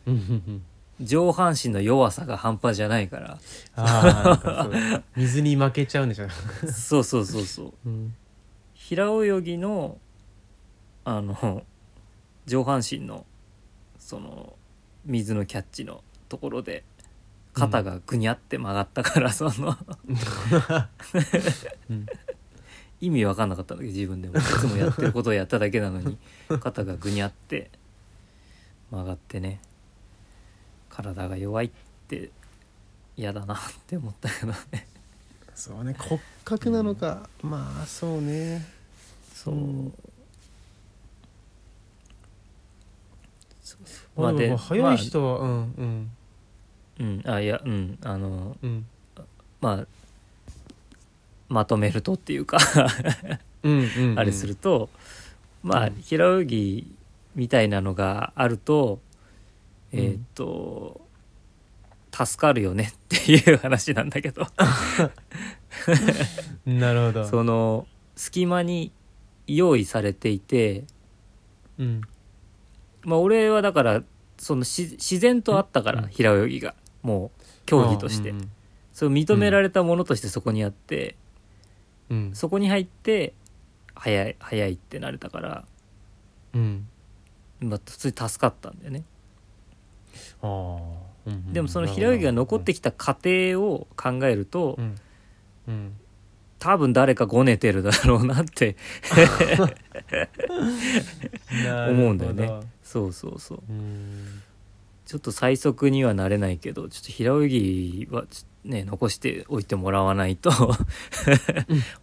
[SPEAKER 1] うんうんうん
[SPEAKER 2] 上半身の弱さが半端じゃないから
[SPEAKER 1] ああなんかそう水に負けちゃうんでしょ、
[SPEAKER 2] そうそうそうそ
[SPEAKER 1] う
[SPEAKER 2] う
[SPEAKER 1] ん、
[SPEAKER 2] 平泳ぎのあの <laughs> 上半身のその水のキャッチのところで肩がぐにゃって曲がったから、その
[SPEAKER 1] うん
[SPEAKER 2] 意味わかんなかったんだけど自分でもいつもやってることをやっただけなのに肩がぐにゃって曲がってね体が弱いって嫌だなって思ったけどね
[SPEAKER 1] そうね骨格なのか、まあそうね
[SPEAKER 2] そう、
[SPEAKER 1] うんま
[SPEAKER 2] まあ
[SPEAKER 1] あ、でも
[SPEAKER 2] で
[SPEAKER 1] 早い人は、うんうん
[SPEAKER 2] うんあいやうんあの
[SPEAKER 1] うん
[SPEAKER 2] まあまとめるとっていうか
[SPEAKER 1] うんうんうん
[SPEAKER 2] あれすると、まあ
[SPEAKER 1] うん
[SPEAKER 2] 平泳ぎみたいなのがあると、
[SPEAKER 1] うん
[SPEAKER 2] えーっと助かるよねっていう話なんだけど
[SPEAKER 1] なるほど
[SPEAKER 2] <laughs> その隙間に用意されていて、
[SPEAKER 1] うん
[SPEAKER 2] まあ、俺はだからそのし自然とあったか
[SPEAKER 1] うん
[SPEAKER 2] ら平泳ぎがもう競技として、
[SPEAKER 1] ああうん
[SPEAKER 2] それを認められたものとしてそこにあって、
[SPEAKER 1] うん
[SPEAKER 2] そこに入って早い早いってなれたから、
[SPEAKER 1] うん
[SPEAKER 2] まあ、普通に助かったんだよね。
[SPEAKER 1] ああうんうん
[SPEAKER 2] でもその平泳ぎが残って
[SPEAKER 1] き
[SPEAKER 2] きた過程を考えると、
[SPEAKER 1] うんうん
[SPEAKER 2] 多分誰かごねてるだろうなって <laughs> 思うんだよね
[SPEAKER 1] なるほど
[SPEAKER 2] そうそうそう
[SPEAKER 1] うん
[SPEAKER 2] ちょっと最速にはなれないけどちょっと平泳ぎはちょっとね残しておいてもらわないと <laughs>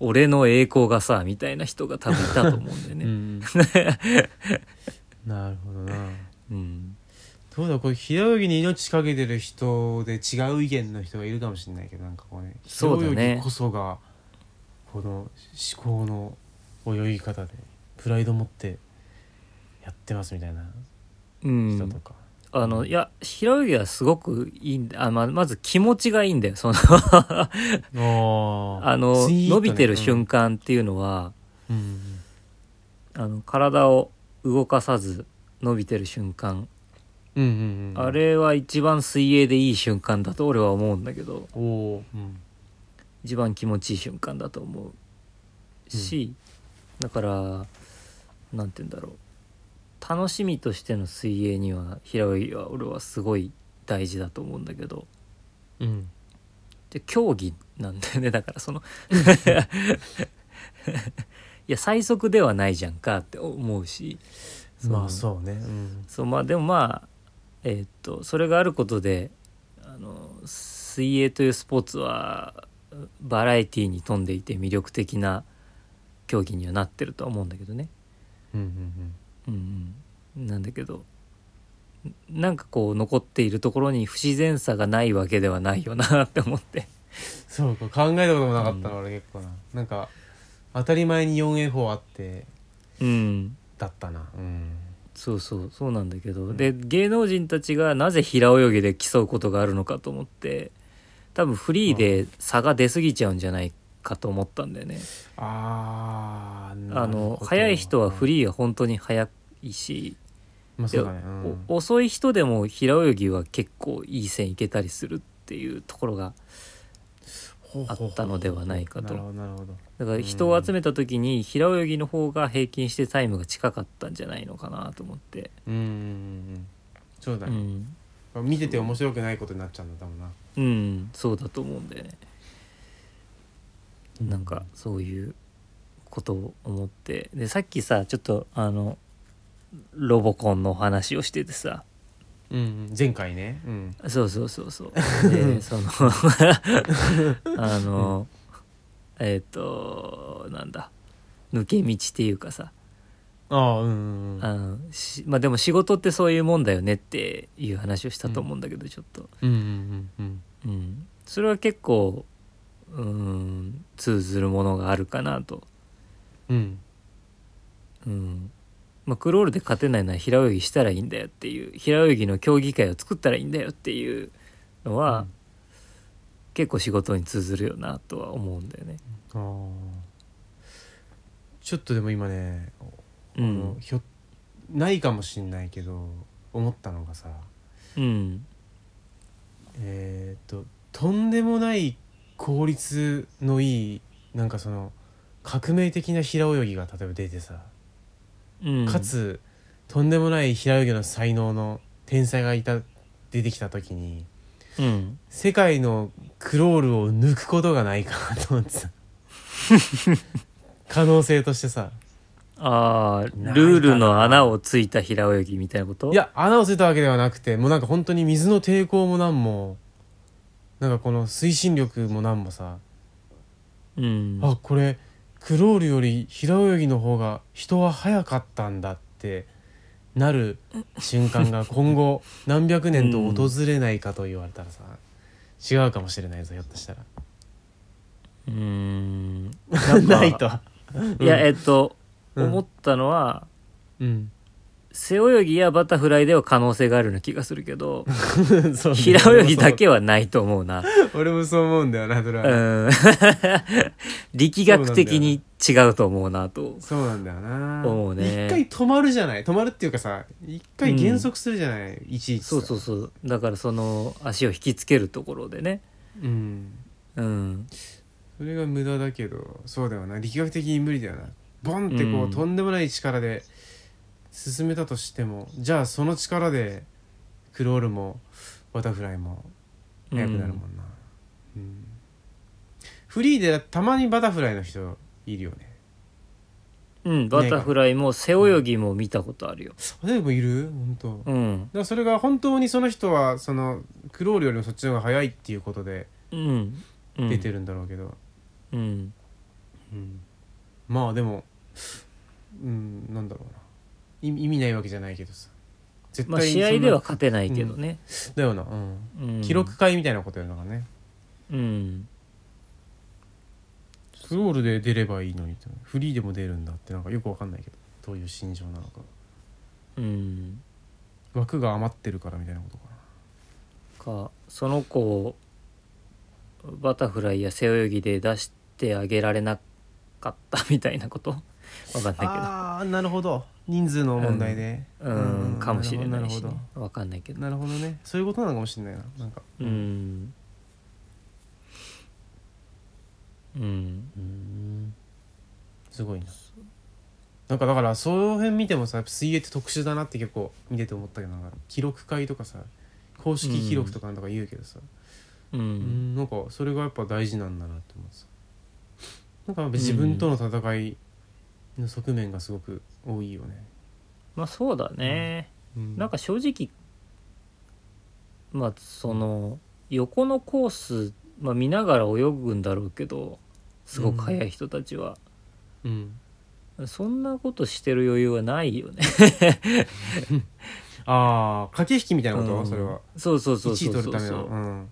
[SPEAKER 2] 俺の栄光がさみたいな人が多分いたと思うんだよ
[SPEAKER 1] う
[SPEAKER 2] ね。
[SPEAKER 1] <laughs> んなるほどな
[SPEAKER 2] うん、
[SPEAKER 1] どうだこれ平泳ぎに命かけてる人で違う意見の人がいるかもしれないけどなんかこうね平
[SPEAKER 2] そうだね
[SPEAKER 1] 泳ぎこそがこの思考の泳ぎ方でプライド持ってやってますみたいな
[SPEAKER 2] う
[SPEAKER 1] 人と
[SPEAKER 2] ん、
[SPEAKER 1] か、
[SPEAKER 2] あのいや平泳ぎはすごくいいんだあままず気持ちがいいんだよその
[SPEAKER 1] あー
[SPEAKER 2] <laughs> あの
[SPEAKER 1] スイートね
[SPEAKER 2] 伸びてる瞬間っていうのは、
[SPEAKER 1] うんうん
[SPEAKER 2] あの体を動かさず伸びてる瞬間
[SPEAKER 1] うんうんうん
[SPEAKER 2] あれは一番水泳でいい瞬間だと俺は思うんだけど
[SPEAKER 1] おおーうん
[SPEAKER 2] 一番気持ちいい瞬間だと思うし、だからなんて言うんだろう楽しみとしての水泳には平泳ぎは俺はすごい大事だと思うんだけど
[SPEAKER 1] うん
[SPEAKER 2] で競技なんだよねだから
[SPEAKER 1] <laughs>
[SPEAKER 2] そのいや最速ではないじゃんかって思うしその
[SPEAKER 1] まあそうねうん
[SPEAKER 2] そうまあでもまあえーっとそれがあることであの水泳というスポーツはバラエティに富んでいて魅力的な競技にはなってるとは思うんだけどね、
[SPEAKER 1] うんうん
[SPEAKER 2] うんうん、なんだけどんなんかこう残っているところに不自然さがないわけではないよなって思って
[SPEAKER 1] そうか考えたこともなかったの俺結構ななんか当たり前に 4A4 あって
[SPEAKER 2] うん
[SPEAKER 1] だったなうん
[SPEAKER 2] そうそうそうなんだけど、で芸能人たちがなぜ平泳ぎで競うことがあるのかと思って多分フリーで差が出過ぎちゃうんじゃないかと思ったんだよね。
[SPEAKER 1] あー
[SPEAKER 2] あの速い人はフ
[SPEAKER 1] リー、
[SPEAKER 2] リーが本当に速いし、
[SPEAKER 1] まあ、そうだね、う
[SPEAKER 2] お
[SPEAKER 1] ん、
[SPEAKER 2] 遅い人でも平泳ぎは結構いい線いけたりするっていうところが
[SPEAKER 1] ほうほ
[SPEAKER 2] あ
[SPEAKER 1] うほう
[SPEAKER 2] ったのではないか
[SPEAKER 1] なるほ
[SPEAKER 2] と
[SPEAKER 1] どなるほど
[SPEAKER 2] だから人を集めた時に平泳ぎの方が平均してタイムが近かったんじゃないのかなと思って、
[SPEAKER 1] うんうんうんうんそうだ
[SPEAKER 2] う
[SPEAKER 1] ね、
[SPEAKER 2] ん、
[SPEAKER 1] 見てて面白くないことになっちゃうんだもんな
[SPEAKER 2] うん、そうだと思うんだよね。なんかそういうことを思ってでさっきさちょっとあのロボコンのお話をしててさ
[SPEAKER 1] うん、うん、前回ねうん
[SPEAKER 2] そうそうそうそう <laughs> でそのあのえっ、となんだ抜け道っていうかさ
[SPEAKER 1] ああうんうんうん
[SPEAKER 2] あのしまあでも仕事ってそういうもんだよねっていう話をしたと思うんだけど、ちょっと、
[SPEAKER 1] うんうんうん
[SPEAKER 2] うん、それは結構うん通ずるものがあるかなと
[SPEAKER 1] うんうん
[SPEAKER 2] うんまあ、クロールで勝てないなら平泳ぎしたらいいんだよっていう平泳ぎの競技会を作ったらいいんだよっていうの
[SPEAKER 1] う
[SPEAKER 2] は、
[SPEAKER 1] ん
[SPEAKER 2] 結構仕事に通ずるよなとは思うんだよね。
[SPEAKER 1] あーちょっとでも今ね、あ
[SPEAKER 2] う
[SPEAKER 1] の
[SPEAKER 2] ん
[SPEAKER 1] ひょないかもしんないけど思ったのがさ
[SPEAKER 2] うん
[SPEAKER 1] えーっととんでもない効率のいいなんかその革命的な平泳ぎが例えば出てさ、
[SPEAKER 2] うん、
[SPEAKER 1] かつとんでもない平泳ぎの才能の天才がいた出てきた時に
[SPEAKER 2] うん、
[SPEAKER 1] 世界のクロールを抜くことがないかなと思って
[SPEAKER 2] <laughs>
[SPEAKER 1] さ可能性としてさ
[SPEAKER 2] あー
[SPEAKER 1] ないかな
[SPEAKER 2] ルールの穴をついた平泳ぎみたいなこと
[SPEAKER 1] いや穴をついたわけではなくてもうなんか本当に水の抵抗もなんもなんかこの推進力もなんもさ
[SPEAKER 2] うん、
[SPEAKER 1] あこれクロールより平泳ぎの方が人は速かったんだってなる瞬間が今
[SPEAKER 2] <laughs>
[SPEAKER 1] 後何百年と訪れないかと言われたらさ、違うかもしれないぞひょっとした
[SPEAKER 2] <laughs>
[SPEAKER 1] ら。
[SPEAKER 2] うーん
[SPEAKER 1] <laughs> ないと。
[SPEAKER 2] いやえっと、
[SPEAKER 1] うん
[SPEAKER 2] 思ったのは <laughs>
[SPEAKER 1] うん、
[SPEAKER 2] 背泳ぎやバタフライでは可能性があるような気がする
[SPEAKER 1] <laughs>
[SPEAKER 2] けど
[SPEAKER 1] そうね
[SPEAKER 2] 平泳ぎだけはないと思うな
[SPEAKER 1] 俺もそう思うんだよなそれ
[SPEAKER 2] う
[SPEAKER 1] は、
[SPEAKER 2] ん <laughs> 力学的に違うと思うなと
[SPEAKER 1] そうなんだよな
[SPEAKER 2] 思うね
[SPEAKER 1] 一回止まるじゃない止まるっていうかさ一回減速するじゃない、いちいちさ
[SPEAKER 2] そうそうそうだからその足を引きつけるところでね
[SPEAKER 1] うん
[SPEAKER 2] うん
[SPEAKER 1] それが無駄だけどそうだよな力学的に無理だよなボンってこう、
[SPEAKER 2] うん
[SPEAKER 1] とんでもない力で進めたとしてもじゃあその力でクロールもバタフライも速くなるもんな、うんフリーでたまにバタフライの人いるよね
[SPEAKER 2] うん、うんバタフライも背泳ぎも見たことあるよ
[SPEAKER 1] あでもいる本当、だか
[SPEAKER 2] うん
[SPEAKER 1] らそれが本当にその人はそのクロールよりもそっちの方が速いっていうことで
[SPEAKER 2] うん、うん、
[SPEAKER 1] 出てるんだろうけど、
[SPEAKER 2] うん
[SPEAKER 1] うんまあでもうんなんだろうな意味意味ないわけじゃないけどさ絶
[SPEAKER 2] まあ
[SPEAKER 1] 対
[SPEAKER 2] 試
[SPEAKER 1] そ
[SPEAKER 2] 合
[SPEAKER 1] んな
[SPEAKER 2] では勝てないけどね、
[SPEAKER 1] だよな、うん
[SPEAKER 2] うん
[SPEAKER 1] 記録会みたいなことやるのがね
[SPEAKER 2] うん
[SPEAKER 1] クロールで出ればいいのにってフリーでも出るんだってなんかよくわかんないけどどういう心情なのか
[SPEAKER 2] うん
[SPEAKER 1] 枠が余ってるからみたいなことかな
[SPEAKER 2] かその子をバタフライや背泳ぎで出してあげられなかったみたいなことわかんないけど
[SPEAKER 1] ああなるほど人数の問題で、
[SPEAKER 2] うんかもしれないし
[SPEAKER 1] なる
[SPEAKER 2] ね
[SPEAKER 1] ほ
[SPEAKER 2] わかんないけ
[SPEAKER 1] ど
[SPEAKER 2] ど
[SPEAKER 1] なるほどねそういうことなのかもしれないななんか
[SPEAKER 2] うんうん
[SPEAKER 1] うんすごいななんかだからその辺見てもさ水泳って特殊だなって結構見てて思ったけどなんか記録会とかさ公式記録とかなんとか言うけどさ、
[SPEAKER 2] う
[SPEAKER 1] うん
[SPEAKER 2] ん
[SPEAKER 1] なんかそれがやっぱ大事なんだなって思ってさなんかやっぱ自分との戦いの側面がすごく多いよね、
[SPEAKER 2] まあそうだね、
[SPEAKER 1] うん、
[SPEAKER 2] なんか正直まあその横のコース、まあ、見ながら泳ぐんだろうけどすごく速い人たちは、
[SPEAKER 1] うん
[SPEAKER 2] そんなことしてる余裕はないよね。
[SPEAKER 1] ああ駆け引きみたいなこと、
[SPEAKER 2] うん
[SPEAKER 1] それは
[SPEAKER 2] そうそうそう
[SPEAKER 1] 1
[SPEAKER 2] そ
[SPEAKER 1] 位
[SPEAKER 2] う
[SPEAKER 1] 取
[SPEAKER 2] そ
[SPEAKER 1] るた
[SPEAKER 2] う
[SPEAKER 1] めのうん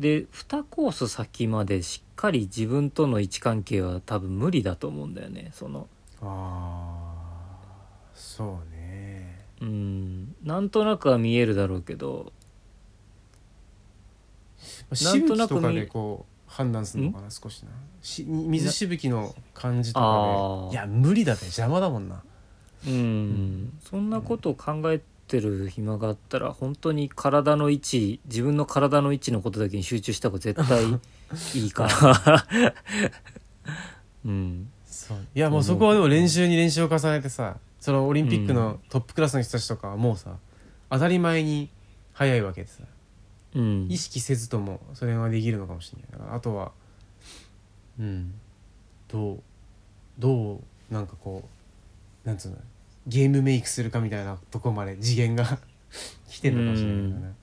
[SPEAKER 2] で2コース先までしっかり自分との位置関係は多分無理だと思うんだよねその
[SPEAKER 1] ああそうね
[SPEAKER 2] うんなんとなくは見えるだろうけど
[SPEAKER 1] しぶ
[SPEAKER 2] な
[SPEAKER 1] き
[SPEAKER 2] んとなく
[SPEAKER 1] とか
[SPEAKER 2] 見
[SPEAKER 1] でこう判断するのかな少しなし水しぶきの感じと
[SPEAKER 2] あ
[SPEAKER 1] か
[SPEAKER 2] ー
[SPEAKER 1] でいや無理だね邪魔だもんな
[SPEAKER 2] うん、そんなことを考えてる暇があったら本当に体の位置自分の体の位置のことだけに集中した方が絶対 <laughs> いいからうん
[SPEAKER 1] そういやもうそこはでも練習に練習を重ねてさそのオリンピック
[SPEAKER 2] う
[SPEAKER 1] のトップクラスの人たちとかはもうさ当たり前に速いわけでさ
[SPEAKER 2] うん
[SPEAKER 1] 意識せずともそれはできるのかもしれないだからあとはうんどうどうなんかこうなんつうのゲームメイクするかみたいなとこまで次元が <laughs> 来てるのかもしれないけどね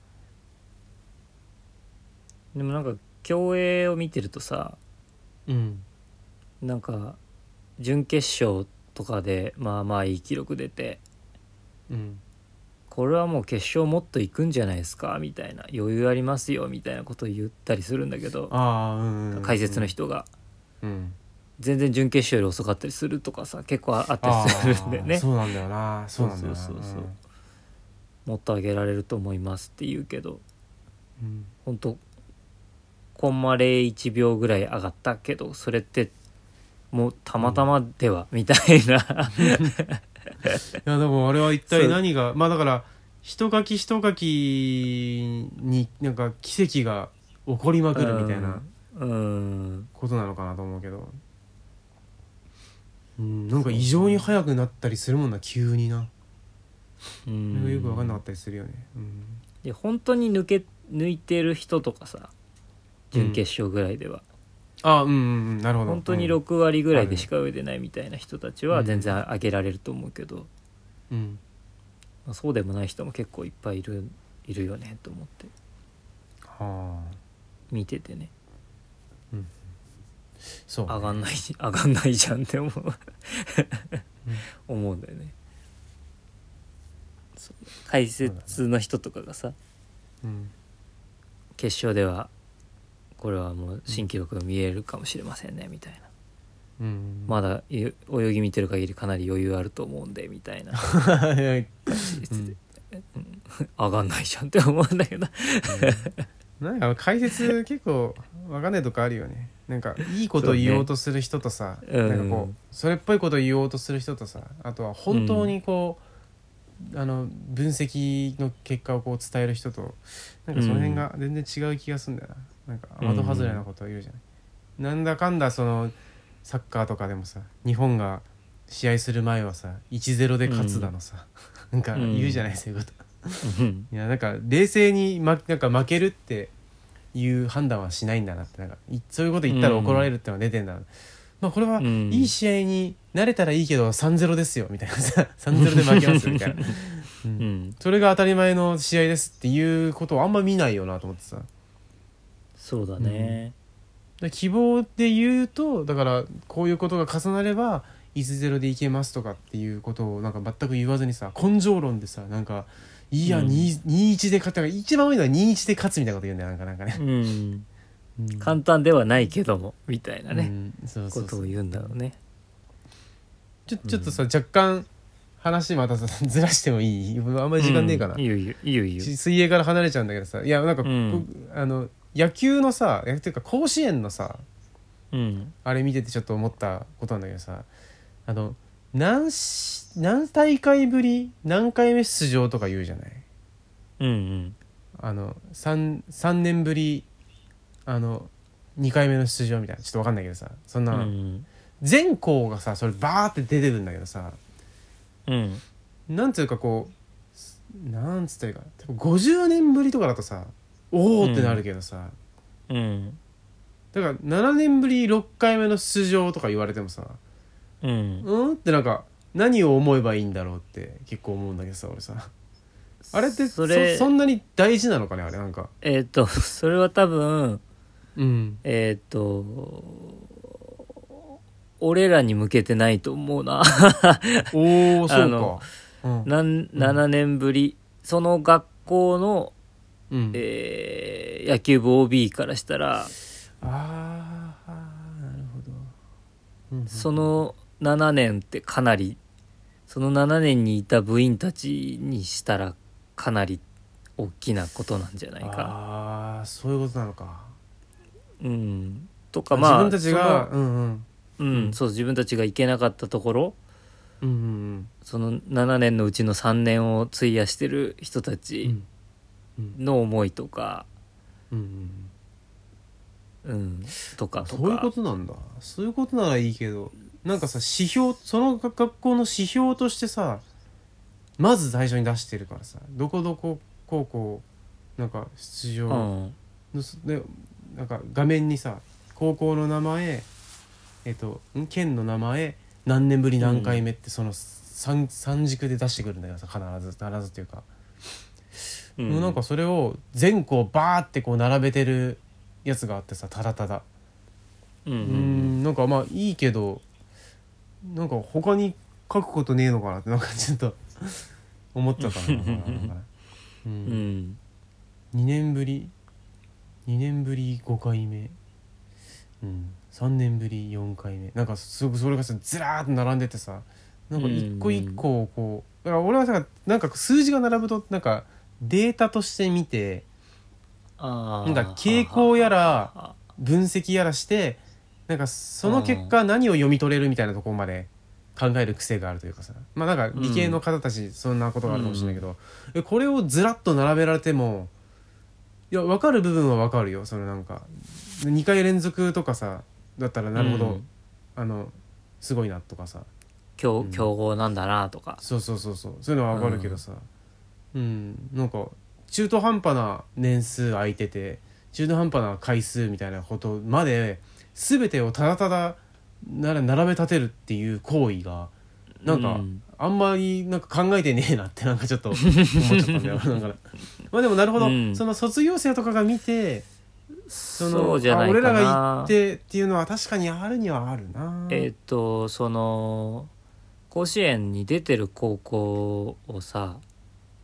[SPEAKER 2] でもなんか競泳を見てるとさ
[SPEAKER 1] うん
[SPEAKER 2] なんか準決勝とかでまあまあいい記録出て
[SPEAKER 1] うん
[SPEAKER 2] これはもう決勝もっといくんじゃないですかみたいな余裕ありますよみたいなことを言ったりするんだけど
[SPEAKER 1] ああうんうんうん
[SPEAKER 2] 解説の人が
[SPEAKER 1] うん
[SPEAKER 2] 全然準決勝より遅かったりするとかさ結構ああった
[SPEAKER 1] あ
[SPEAKER 2] りするんで
[SPEAKER 1] ー
[SPEAKER 2] ね
[SPEAKER 1] <laughs> そうなんだよなそうなんだよな
[SPEAKER 2] そうそうそうそうもっと上げられると思いますって言うけど
[SPEAKER 1] うん
[SPEAKER 2] 本当コンマ01秒ぐらい上がったけどそれってもうたまたまでは、みたいな
[SPEAKER 1] いやでもあれは一体
[SPEAKER 2] そう
[SPEAKER 1] 何がまあだから一書き一書きになんか奇跡が起こりまくるみたいな
[SPEAKER 2] うん
[SPEAKER 1] ことなのかなと思うけどうんなんか異常に速くなったりするもんな急にな
[SPEAKER 2] う
[SPEAKER 1] それが
[SPEAKER 2] ん
[SPEAKER 1] よく分かんなかったりするよねうん
[SPEAKER 2] で本当に抜け抜いてる人とかさ準決勝ぐらいでは、
[SPEAKER 1] あうんうんうんなるほど
[SPEAKER 2] 本当に
[SPEAKER 1] うん
[SPEAKER 2] 6割ぐらいでしか泳いでないみたいな人たちは全然上げられると思うけど、
[SPEAKER 1] うん
[SPEAKER 2] まあそうでもない人も結構いっぱいいるいるよねと思って
[SPEAKER 1] はあ
[SPEAKER 2] 見ててね
[SPEAKER 1] そうね
[SPEAKER 2] 上がんない上がんないじゃんって思う思うんだよね解説の人とかがさ
[SPEAKER 1] うん
[SPEAKER 2] 決勝ではこれはもう新記録が見えるかもしれませんねみたいな
[SPEAKER 1] うん
[SPEAKER 2] まだゆ泳ぎ見てる限りかなり余裕あると思うんでみたいな
[SPEAKER 1] <laughs> うん
[SPEAKER 2] 上がんないじゃんって思うんだけど
[SPEAKER 1] なんか解説結構わかんないとこあるよ <laughs> ねなんかいいこと言おうとする人とさ、
[SPEAKER 2] そうね
[SPEAKER 1] なんかこう
[SPEAKER 2] う
[SPEAKER 1] んそれっぽいこと言おうとする人とさあとは本当にこう、あの分析の結果をこう伝える人となんかその辺が全然違う気がするんだよな,、なんか的外れなことを言うじゃない、なんだかんだそのサッカーとかでもさ日本が試合する前はさ1-0で勝つだのさ、 <laughs> なんか言うじゃないそういうこと。
[SPEAKER 2] うん
[SPEAKER 1] いやなんか冷静に、ま、なんか負けるっていう判断はしないんだなってなんかいそういうこと言ったら怒られるってのが出てんだな、まあこれは
[SPEAKER 2] うん
[SPEAKER 1] いい試合に慣れたらいいけど3-0ですよみたいなさ3-0で負けますよみたいな、う、
[SPEAKER 2] うんん
[SPEAKER 1] それが当たり前の試合ですっていうことをあんま見ないよなと思ってさ
[SPEAKER 2] そうだね
[SPEAKER 1] で希望で言うとだからこういうことが重なれば1-0でいけますとかっていうことをなんか全く言わずにさ根性論でさなんかいや、
[SPEAKER 2] うん
[SPEAKER 1] 二2-1で勝ったから一番多いのは2-1で勝つみたいなこと言うんだよなんかなんかね。
[SPEAKER 2] うん簡単ではないけどもみたいな
[SPEAKER 1] う
[SPEAKER 2] ね
[SPEAKER 1] んそうそ
[SPEAKER 2] こ
[SPEAKER 1] うそ
[SPEAKER 2] とを
[SPEAKER 1] う
[SPEAKER 2] 言うんだろうね
[SPEAKER 1] ちょちょっとさ、若干話またさずらしてもいいあんまり時間ねえかな、
[SPEAKER 2] うんいいよいいよいいよいいよ
[SPEAKER 1] し水泳から離れちゃうんだけどさいやなんか、
[SPEAKER 2] うん
[SPEAKER 1] こあの野球のさ野球っていうか甲子園のさ
[SPEAKER 2] うん
[SPEAKER 1] あれ見ててちょっと思ったことなんだけどさあの何し何大会ぶり何回目出場とか言うじゃない
[SPEAKER 2] うんうん
[SPEAKER 1] あの 3, 三年ぶりあの2回目の出場みたいなちょっと分かんないけどさそん
[SPEAKER 2] う
[SPEAKER 1] な、
[SPEAKER 2] ん
[SPEAKER 1] 全校がさそれバーって出てるんだけどさ
[SPEAKER 2] うん
[SPEAKER 1] なんていうかこうなんつったらいいか多分50年ぶりとかだとさおおってなるけどさ、
[SPEAKER 2] うん
[SPEAKER 1] だから7年ぶり6回目の出場とか言われてもさ
[SPEAKER 2] うん
[SPEAKER 1] うんってなんか何を思えばいいんだろうって結構思うんだけどさ俺さあれってそ
[SPEAKER 2] それ
[SPEAKER 1] そんなに大事なのかねあれなんか
[SPEAKER 2] えっと <laughs> それは多分
[SPEAKER 1] うん
[SPEAKER 2] えっと俺らに向けてないと思うな <laughs>
[SPEAKER 1] おおそ
[SPEAKER 2] あ
[SPEAKER 1] う
[SPEAKER 2] の
[SPEAKER 1] かうん
[SPEAKER 2] なん7年ぶりその学校の、
[SPEAKER 1] うん
[SPEAKER 2] えー野球部 OB からしたら
[SPEAKER 1] あーあーなるほどうんうん
[SPEAKER 2] その7年ってかなりその7年にいた部員たちにしたらかなり大きなことなんじゃないか。
[SPEAKER 1] ああそういうことなのか
[SPEAKER 2] うん、とかまあ
[SPEAKER 1] 自分たちがうんうん
[SPEAKER 2] その、うん、そう自分たちが行けなかったところ
[SPEAKER 1] うんうん
[SPEAKER 2] その7年のうちの3年を費やしてる人た
[SPEAKER 1] う
[SPEAKER 2] ち
[SPEAKER 1] んうん
[SPEAKER 2] の思いとか、
[SPEAKER 1] うんうん
[SPEAKER 2] うん、とかとか
[SPEAKER 1] そういうことなんだそういうことならいいけどなんかさ指標その学校の指標としてさまず最初に出してるからさどこどこ高校なんか出場
[SPEAKER 2] う
[SPEAKER 1] の、
[SPEAKER 2] ん
[SPEAKER 1] すでなんか画面にさ高校の名前えっとん県の名前何年ぶり何回目ってその三三軸で出してくるんだよさ必ず必ずというか
[SPEAKER 2] う
[SPEAKER 1] もうなんかそれを全校バーってこう並べてるやつがあってさただただ
[SPEAKER 2] うんう
[SPEAKER 1] うんんなんかまあいいけどなんか他に書くことねえのかなってなんかちょっと思っちゃったななんかねう
[SPEAKER 2] うん <laughs> うんん
[SPEAKER 1] 2年ぶり2年ぶり5回目うん3年ぶり4回目なんかすごくそれがさずらーっと並んでてさなんか一個一個をこうだから俺はさなんか数字が並ぶとなんかデータとして見て
[SPEAKER 2] あ
[SPEAKER 1] な
[SPEAKER 2] ー
[SPEAKER 1] んか傾向やら
[SPEAKER 2] あ
[SPEAKER 1] 分析やらしてなんかその結果何を読み取れるみたいなところまで考える癖があるというかさまあなんか理系の方たちそんなことがあるかもしれないけど、えこれをずらっと並べられてもいや分かる部分は分かるよそのなんか2回連続とかさだったらなるほど、
[SPEAKER 2] うん
[SPEAKER 1] あのすごいなとかさ
[SPEAKER 2] 強
[SPEAKER 1] うん
[SPEAKER 2] 強豪なんだなとか
[SPEAKER 1] そうそうそうそうそういうのは分かるけどさうん、なんか中途半端な年数空いてて中途半端な回数みたいなことまで全てをただただなら並べ立てるっていう行為がなんか、
[SPEAKER 2] うん
[SPEAKER 1] あんまりなんか考えてねえなってなんかちょっと思っちゃった <laughs> んだよなんかまあでもなるほど、
[SPEAKER 2] うん
[SPEAKER 1] その卒業生とかが見て
[SPEAKER 2] そ
[SPEAKER 1] その
[SPEAKER 2] うじゃ
[SPEAKER 1] あ
[SPEAKER 2] ないか
[SPEAKER 1] 俺
[SPEAKER 2] な
[SPEAKER 1] らが行ってっていうのは確かにあるにはあるな
[SPEAKER 2] えっ、とその甲子園に出てる高校をさ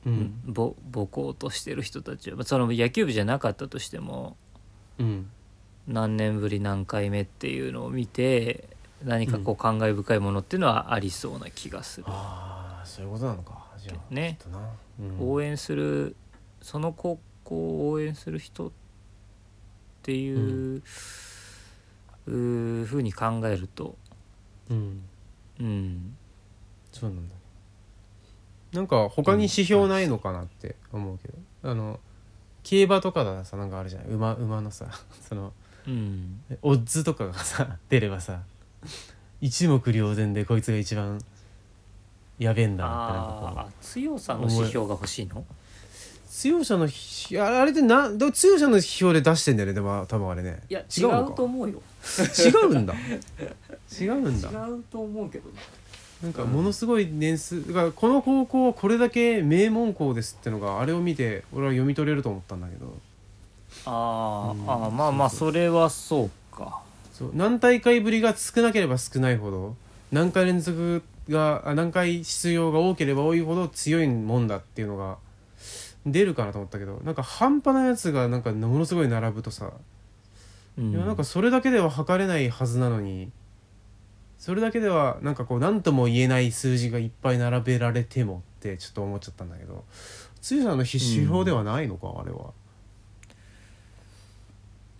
[SPEAKER 1] うん
[SPEAKER 2] ぼぼこうとしてる人たちはまあその野球部じゃなかったとしても
[SPEAKER 1] うん
[SPEAKER 2] 何年ぶり何回目っていうのを見て何かこう感慨深いものっていうのはありそうな気がする、
[SPEAKER 1] ああそういうことなのかじゃあ
[SPEAKER 2] ね
[SPEAKER 1] きっとな、うん、
[SPEAKER 2] 応援するその高校を応援する人っていう,、うーふうに考えると
[SPEAKER 1] うん
[SPEAKER 2] うん
[SPEAKER 1] そうなんだねなんか他に指標ないのかなって思うけど、あの競馬とかだとさなんかあるじゃない馬馬のさ <laughs> その
[SPEAKER 2] うん
[SPEAKER 1] オッズとかがさ <laughs> 出ればさ一目瞭然でこいつが一番やべえんだなってなんかこう
[SPEAKER 2] ああ強さの指標が欲しいの
[SPEAKER 1] 強者のひああれでなでも強者の指標で出してんだよねでも多分あれね
[SPEAKER 2] いや違
[SPEAKER 1] 違うの
[SPEAKER 2] うと
[SPEAKER 1] か
[SPEAKER 2] 思うよ
[SPEAKER 1] 違うんだ違うん
[SPEAKER 2] 違
[SPEAKER 1] <laughs> だ
[SPEAKER 2] うと思うけどね
[SPEAKER 1] なんかものすごい年数だからこの高校はこれだけ名門校ですってのがあれを見て俺は読み取れると思ったんだけど
[SPEAKER 2] あ
[SPEAKER 1] うん
[SPEAKER 2] ーあーまあまあ
[SPEAKER 1] そ
[SPEAKER 2] それはそうか
[SPEAKER 1] そう何大会ぶりが少なければ少ないほど何回連続があ何回出場が多ければ多いほど強いもんだっていうのが出るかなと思ったけどなんか半端なやつがなんかものすごい並ぶとさ
[SPEAKER 2] う
[SPEAKER 1] い
[SPEAKER 2] ん
[SPEAKER 1] やなんかそれだけでは測れないはずなのにそれだけではなんかこう何とも言えない数字がいっぱい並べられてもってちょっと思っちゃったんだけど剛さんの必死表ではないのか、あれは。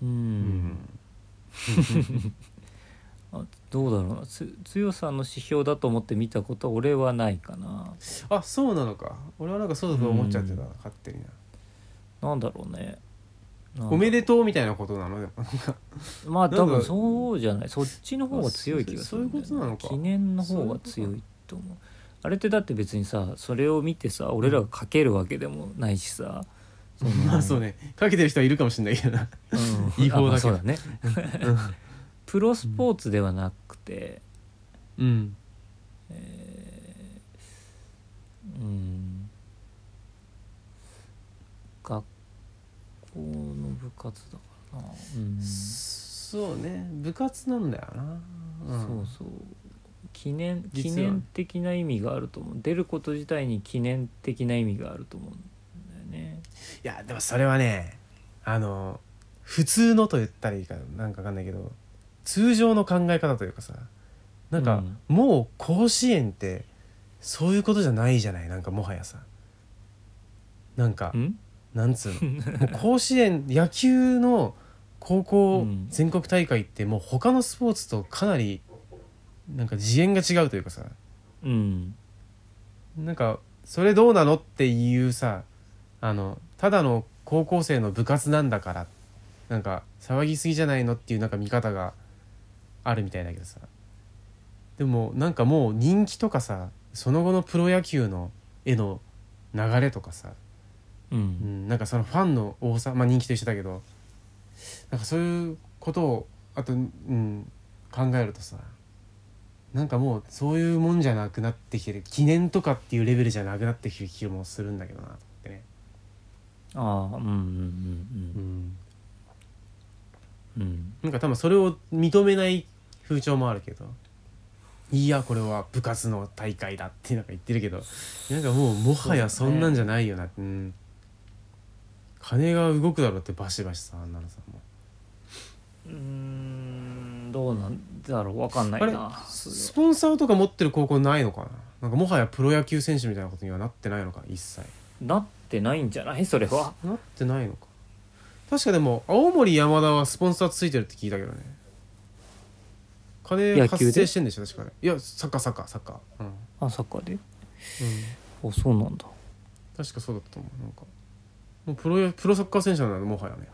[SPEAKER 2] う、
[SPEAKER 1] うん
[SPEAKER 2] あどうだろうなつ強さの指標だと思って見たことは俺はないかな
[SPEAKER 1] あそうなのか俺はなんかそうだと思っちゃってた、
[SPEAKER 2] うん
[SPEAKER 1] 勝手にな。
[SPEAKER 2] なんだろうねなんだ
[SPEAKER 1] おめでとうみたいなことなのでも
[SPEAKER 2] まあ
[SPEAKER 1] なんか
[SPEAKER 2] 多分そうじゃないそっちの方が強い気がするんだよね、
[SPEAKER 1] そうそういうことなのか
[SPEAKER 2] 記念の方が強いと思うあれってだって別にさそれを見てさ俺らが書けるわけでもないしさその
[SPEAKER 1] まあ <laughs> そうねかけてる人はいるかもしれないけどな。
[SPEAKER 2] <laughs> うん
[SPEAKER 1] 違法だけど
[SPEAKER 2] あまあそうだねプロスポーツではなくて
[SPEAKER 1] うん
[SPEAKER 2] うん学校の部活だからな、うん、
[SPEAKER 1] そうね部活なんだよな。うん
[SPEAKER 2] そうそう記念記
[SPEAKER 1] 実は
[SPEAKER 2] 念的な意味があると思う出ること自体に記念的な意味があると思うんだよね
[SPEAKER 1] いやでもそれはねあの普通のと言ったらいいかなんかわかんないけど通常の考え方というかさなんか、
[SPEAKER 2] うん
[SPEAKER 1] もう甲子園ってそういうことじゃないじゃないなんかもはやさなんか
[SPEAKER 2] うん
[SPEAKER 1] なんつう
[SPEAKER 2] <laughs>
[SPEAKER 1] のもう甲子園野球の高校
[SPEAKER 2] うん
[SPEAKER 1] 全国大会ってもう他のスポーツとかなりなんか次元が違うというかさ
[SPEAKER 2] うん
[SPEAKER 1] なんかそれどうなのっていうさあのただの高校生の部活なんだからなんか騒ぎすぎじゃないのっていうなんか見方があるみたいだけどさでもなんかもう人気とかさその後のプロ野球のへの流れとかさ、
[SPEAKER 2] う
[SPEAKER 1] うんん、なんかそのファンの多さまあ人気と一緒だけどなんかそういうことをあと、うん、考えるとさなんかもうそういうもんじゃなくなってきてる記念とかっていうレベルじゃなくなってきてる気もするんだけどなと思ってね、
[SPEAKER 2] ああうんうんうん
[SPEAKER 1] ん、
[SPEAKER 2] うんうん
[SPEAKER 1] なんか多分それを認めない風潮もあるけどいやこれは部活の大会だってなんか言ってるけどなんかもうもはやそんなんじゃないよなって、うん、金が動くだろうってバシバシさあんなのさもう
[SPEAKER 2] うーんどうなんだろうわかんないなそれは
[SPEAKER 1] スポンサーとか持ってる高校ないのかななんかもはやプロ野球選手みたいなことにはなってないのか一切
[SPEAKER 2] なってないんじゃないそれは
[SPEAKER 1] なってないのか確かでも青森山田はスポンサーついてるって聞いたけどね金
[SPEAKER 2] 野球で
[SPEAKER 1] 発生してんでしょ確かねいやサッカーサッカーサッカーうん、うん、
[SPEAKER 2] あサッカーであそうなんだ
[SPEAKER 1] 確かそうだったと思うなんかもうプロやプロサッカー選手なんだもはやね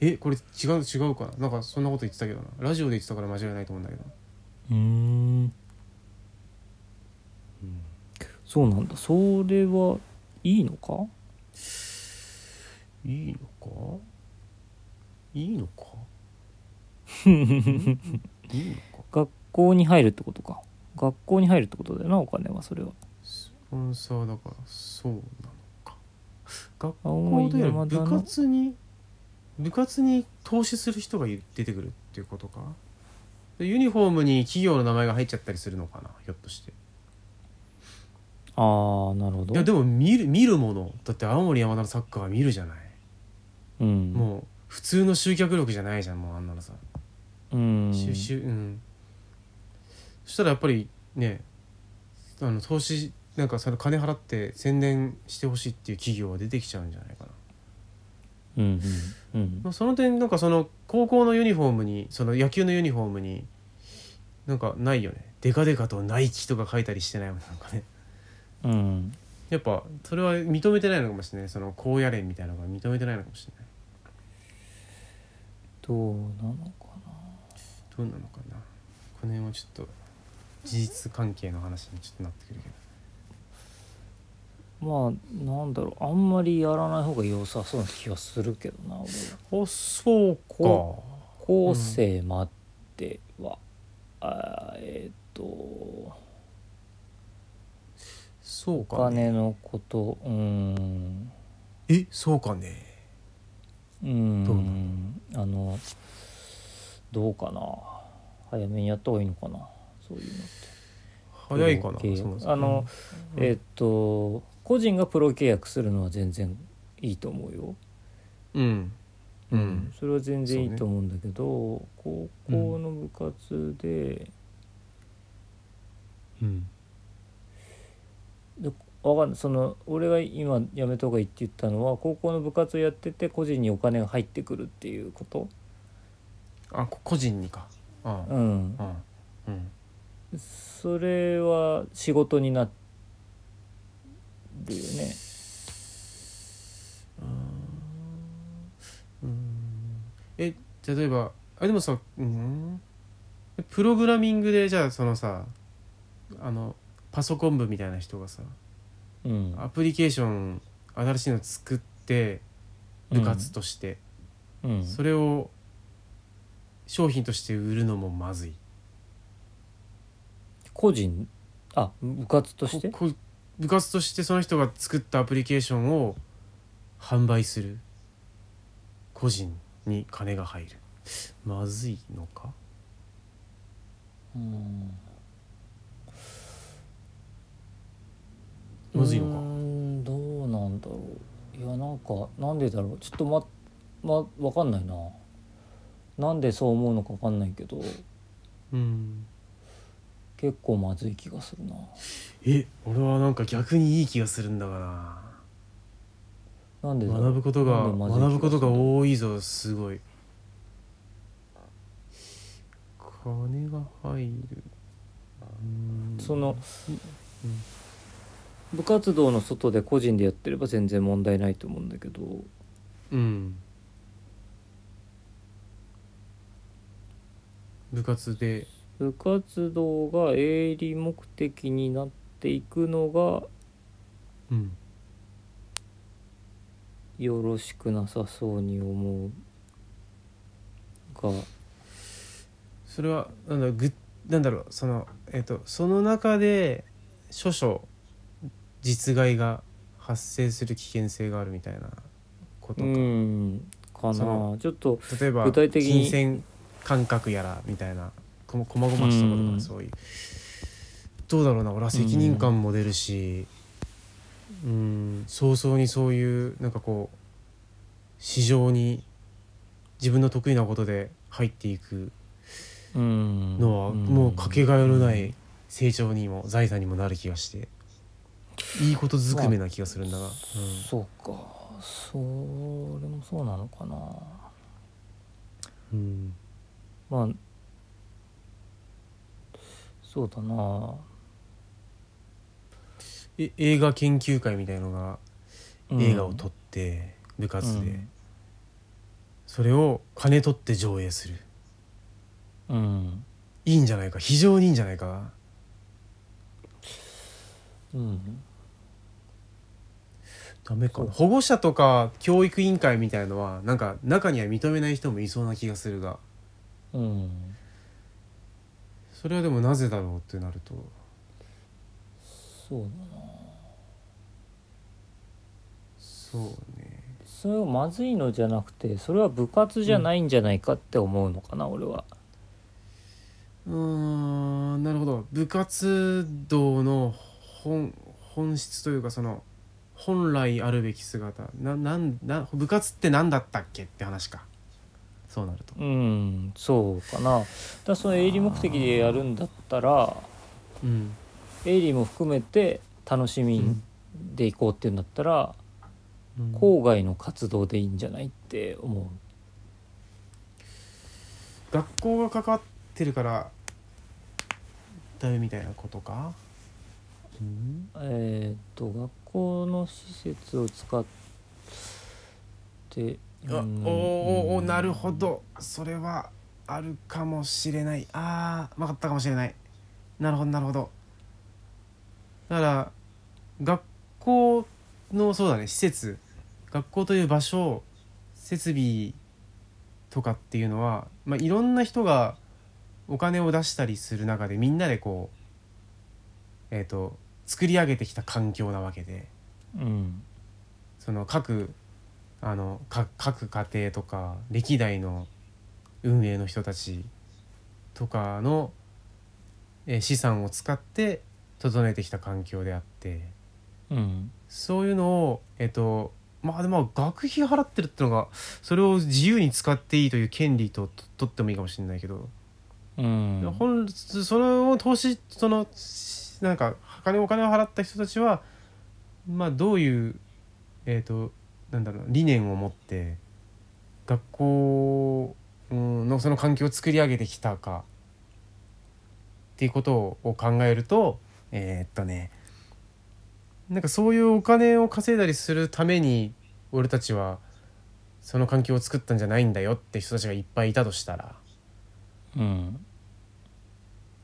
[SPEAKER 1] えこれ違う違うかななんかそんなこと言ってたけどなラジオで言ってたから間違いないと思うんだけど
[SPEAKER 2] うんそうなんだそれはいいのか
[SPEAKER 1] いいのかいいの
[SPEAKER 2] <laughs>
[SPEAKER 1] かいいのか
[SPEAKER 2] 学校に入るってことか学校に入るってことだよなお金はそれは
[SPEAKER 1] スポンサーだからそうなのか学校
[SPEAKER 2] 青
[SPEAKER 1] と
[SPEAKER 2] 森
[SPEAKER 1] いうよ
[SPEAKER 2] 山
[SPEAKER 1] り
[SPEAKER 2] 田
[SPEAKER 1] 部
[SPEAKER 2] の
[SPEAKER 1] 活に部活に投資する人がい出てくるっていうことかでユニフォームに企業の名前が入っちゃったりするのかなひょっとして
[SPEAKER 2] ああなるほど
[SPEAKER 1] いやでも見る見るものだって青森山田のサッカーは見るじゃない、
[SPEAKER 2] うん
[SPEAKER 1] もう普通の集客力じゃないじゃんもうあんなのさ、
[SPEAKER 2] うん
[SPEAKER 1] 収集うんそしたらやっぱりねあの投資なんかその金払って宣伝してほしいっていう企業は出てきちゃうんじゃないかな
[SPEAKER 2] うんうんうん
[SPEAKER 1] まあその点なんかその高校のユニフォームにその野球のユニフォームになんかないよねデカデカとナイキとか書いたりしてないもんなんかね
[SPEAKER 2] うん
[SPEAKER 1] やっぱそれは認めてないのかもしれないその高野連みたいなのが認めてないのかもしれない
[SPEAKER 2] どうなのか
[SPEAKER 1] どうなのかなこの辺はちょっと事実関係の話にちょっとなってくるけど
[SPEAKER 2] なまあなんだろうあんまりやらない方が良さそうな気がするけどな俺
[SPEAKER 1] あそう
[SPEAKER 2] こ後世までは、あーえっ、と
[SPEAKER 1] そう
[SPEAKER 2] お
[SPEAKER 1] かね
[SPEAKER 2] 金のことうーん
[SPEAKER 1] えそうかね
[SPEAKER 2] うーん
[SPEAKER 1] どうな
[SPEAKER 2] あのどうかな早めにやった方がいいのかなそういうのって
[SPEAKER 1] 早いかな
[SPEAKER 2] プロ契約
[SPEAKER 1] そもそも
[SPEAKER 2] あの、
[SPEAKER 1] うん
[SPEAKER 2] えっ、と個人がプロ契約するのは全然いいと思うよ、
[SPEAKER 1] うんうん
[SPEAKER 2] それは全然いいと
[SPEAKER 1] そう
[SPEAKER 2] 思うんだけど、高校の部活で、
[SPEAKER 1] うん
[SPEAKER 2] わかんないその俺が今やめた方がいいって言ったのは高校の部活をやってて個人にお金が入ってくるっていうこと、
[SPEAKER 1] あこ個人にかああ
[SPEAKER 2] うん、
[SPEAKER 1] ああうん
[SPEAKER 2] それは仕事になるよね。
[SPEAKER 1] うんえ例えばあでもさうんプログラミングでじゃあそのさあのパソコン部みたいな人がさ
[SPEAKER 2] うん、
[SPEAKER 1] アプリケーション新しいの作って部活として、
[SPEAKER 2] うん、
[SPEAKER 1] それを商品として売るのもまずい
[SPEAKER 2] 個人あ部活として
[SPEAKER 1] ここ部活としてその人が作ったアプリケーションを販売する個人に金が入るまずいのか
[SPEAKER 2] うん
[SPEAKER 1] まずいのか
[SPEAKER 2] うーんどうなんだろういやなんかなんでだろうちょっとままわかんないななんでそう思うのかわかんないけど
[SPEAKER 1] うん
[SPEAKER 2] 結構まずい気がするな
[SPEAKER 1] え俺はなんか逆にいい気がするんだが
[SPEAKER 2] なんで
[SPEAKER 1] な
[SPEAKER 2] だろう
[SPEAKER 1] 学ぶこと
[SPEAKER 2] な
[SPEAKER 1] が
[SPEAKER 2] んでまずい気
[SPEAKER 1] 学ぶこと
[SPEAKER 2] する
[SPEAKER 1] が多いぞすごい金が入るうん
[SPEAKER 2] その、
[SPEAKER 1] うん
[SPEAKER 2] 部活動の外で個人でやってれば全然問題ないと思うんだけど
[SPEAKER 1] うん部活で
[SPEAKER 2] 部活動が営利目的になっていくのが
[SPEAKER 1] うん
[SPEAKER 2] よろしくなさそうに思うが
[SPEAKER 1] それはなんだろうぐなんだろうそのえっ、とその中で少々実害が発生する危険性があるみたいなこと
[SPEAKER 2] う
[SPEAKER 1] か、
[SPEAKER 2] んか
[SPEAKER 1] そ
[SPEAKER 2] な
[SPEAKER 1] の
[SPEAKER 2] ちょっと
[SPEAKER 1] 例えば
[SPEAKER 2] 具体的に
[SPEAKER 1] 金銭感覚やらみたいなこまこまごましたこと
[SPEAKER 2] う
[SPEAKER 1] か
[SPEAKER 2] ん
[SPEAKER 1] そういう、どうだろうな俺は責任感も出るしうん早々にそういうなんかこう市場に自分の得意なことで入っていく
[SPEAKER 2] うん
[SPEAKER 1] のはもうかけがえのない成長にも財産にもなる気がしていいことずくめな気がするんだが、うん
[SPEAKER 2] そうかそれもそうなのかな
[SPEAKER 1] うん
[SPEAKER 2] まあそうだな、
[SPEAKER 1] え映画研究会みたいのが
[SPEAKER 2] うん
[SPEAKER 1] 映画を撮って部活で、
[SPEAKER 2] うん
[SPEAKER 1] それを金取って上映する
[SPEAKER 2] うん、
[SPEAKER 1] いいんじゃないか非常にいいんじゃないか
[SPEAKER 2] うん、
[SPEAKER 1] ダメか
[SPEAKER 2] そう
[SPEAKER 1] な保護者とか教育委員会みたいのはなんか中には認めない人もいそうな気がするが
[SPEAKER 2] うん、
[SPEAKER 1] それはでもなぜだろうってなると
[SPEAKER 2] そうだな
[SPEAKER 1] そうね
[SPEAKER 2] それをまずいのじゃなくてそれは部活じゃないんじゃないかって思うのかな、俺は
[SPEAKER 1] うーんなるほど部活動の本本質というかその本来あるべき姿ななんな部活って何だったっけって話かそうなると、
[SPEAKER 2] うんそうかなだからその営利目的でやるんだったら
[SPEAKER 1] うん
[SPEAKER 2] 営利も含めて楽しみでいこうっていうんだったら、
[SPEAKER 1] うん
[SPEAKER 2] 郊外の活動でいいんじゃないって思
[SPEAKER 1] 学校がかかってるからだよみたいなことか、うん
[SPEAKER 2] うえーっと学校の施設を使って
[SPEAKER 1] あお
[SPEAKER 2] う
[SPEAKER 1] ー
[SPEAKER 2] ん
[SPEAKER 1] おーおーなるほどそれはあるかもしれないあー分かったかもしれないなるほどなるほどだから学校のそうだね施設学校という場所設備とかっていうのは、まあ、いろんな人がお金を出したりする中でみんなでこうえっ、と作り上げてきた環境なわけで。
[SPEAKER 2] うん
[SPEAKER 1] その各あのか各家庭とか歴代の運営の人たちとかの、えー資産を使って整えてきた環境であって
[SPEAKER 2] うん
[SPEAKER 1] そういうのをえっ、とまあでも学費払ってるってのがそれを自由に使っていいという権利とと取ってもいいかもしれないけど、
[SPEAKER 2] うん
[SPEAKER 1] 本それを投資そのしなんか金お金を払った人たちはまあどういうえっ、となんだろうな理念を持って学校うんのその環境を作り上げてきたかっていうことを考えるとえーっとねなんかそういうお金を稼いだりするために俺たちはその環境を作ったんじゃないんだよって人たちがいっぱいいたとしたら。
[SPEAKER 2] うん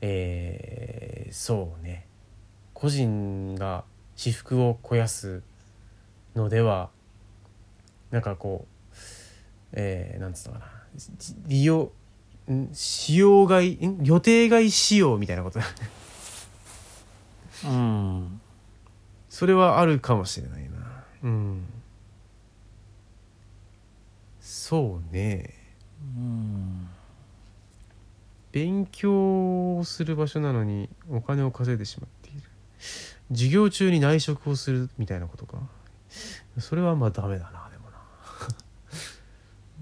[SPEAKER 1] えーそうね個人が私服を肥やすのではなんかこうえー、なんつうのかなじ利用ん使用外ん予定外使用みたいなこと <laughs>
[SPEAKER 2] うん
[SPEAKER 1] それはあるかもしれないなうんそうね
[SPEAKER 2] うん
[SPEAKER 1] 勉強をする場所なのにお金を稼いでしまっている授業中に内職をするみたいなことかそれはまあダメだなでもな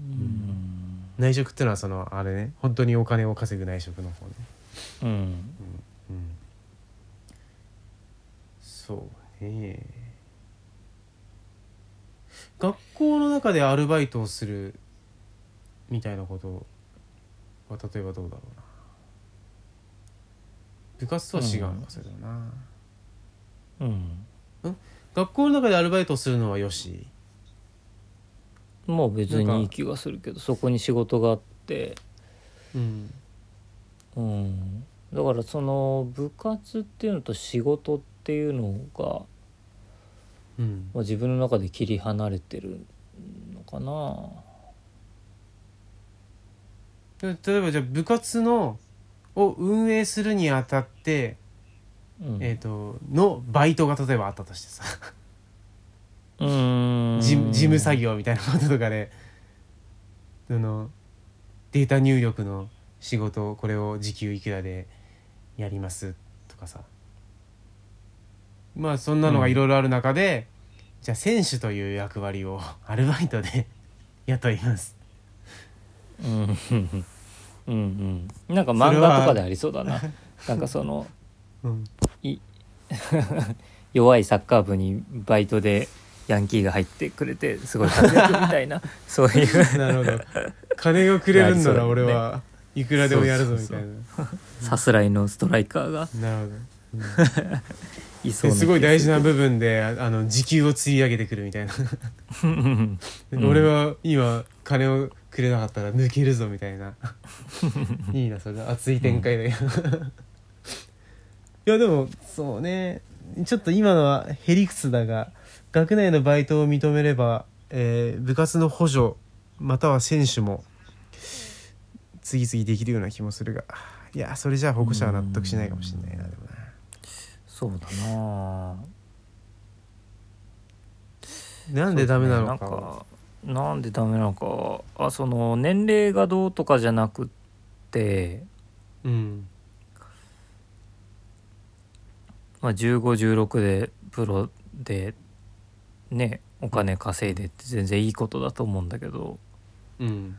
[SPEAKER 2] うん
[SPEAKER 1] 内職ってのはそのあれね本当にお金を稼ぐ内職の方ね
[SPEAKER 2] うん
[SPEAKER 1] うんそうね学校の中でアルバイトをするみたいなことは例えばどうだろうな部活とは違うのかそれだな、
[SPEAKER 2] うん
[SPEAKER 1] 学校の中でアルバイトをするのはよし
[SPEAKER 2] もう別
[SPEAKER 1] なん
[SPEAKER 2] に
[SPEAKER 1] か
[SPEAKER 2] いい気がするけどそこに仕事があって
[SPEAKER 1] うん
[SPEAKER 2] うんだからその部活っていうのと仕事っていうのが、
[SPEAKER 1] うん
[SPEAKER 2] まあ、自分の中で切り離れてるのかな
[SPEAKER 1] で例えばじゃあ部活のを運営するにあたって、
[SPEAKER 2] うん
[SPEAKER 1] えっ、とのバイトが例えばあったとしてさ
[SPEAKER 2] うーん
[SPEAKER 1] 事務事務作業みたいなこととかでそのデータ入力の仕事これを時給いくらでやりますとかさまあそんなのがいろいろある中で、じゃあ選手という役割をアルバイトで <laughs> 雇います
[SPEAKER 2] うんうんうんなんか漫画とかでありそうだ <laughs> ななんかその
[SPEAKER 1] うん
[SPEAKER 2] 弱いサッカー部にバイトでヤンキーが入ってくれてすごい活躍みたい <laughs> なそうい
[SPEAKER 1] <laughs>
[SPEAKER 2] う
[SPEAKER 1] なるほど金をくれるんなら俺はいくらでもやるぞみたいな
[SPEAKER 2] さすらいのストライカーが
[SPEAKER 1] なるほど
[SPEAKER 2] いそう
[SPEAKER 1] で
[SPEAKER 2] な
[SPEAKER 1] すごい
[SPEAKER 2] 気が
[SPEAKER 1] 大
[SPEAKER 2] す
[SPEAKER 1] 事
[SPEAKER 2] る
[SPEAKER 1] な部分でああの時給を釣り上げてくるみたいな
[SPEAKER 2] うん
[SPEAKER 1] 俺は今金をくれなかったら抜けるぞみたい
[SPEAKER 2] <laughs>
[SPEAKER 1] ないいなそれ熱い展開だけどいやでもそうねちょっと今のはへりくつだが学内のバイトを認めれば、えー部活の補助または選手も次々できるような気もするがいやそれじゃあ保護者は納得しないかもしれないなでもな
[SPEAKER 2] そうだな
[SPEAKER 1] なんでダメなのか,、
[SPEAKER 2] そうねなんかなんでダメなのかあその年齢がどうとかじゃなくって、
[SPEAKER 1] うん
[SPEAKER 2] まあ、1516でプロでねお金稼いでって全然いいことだと思うんだけど
[SPEAKER 1] うん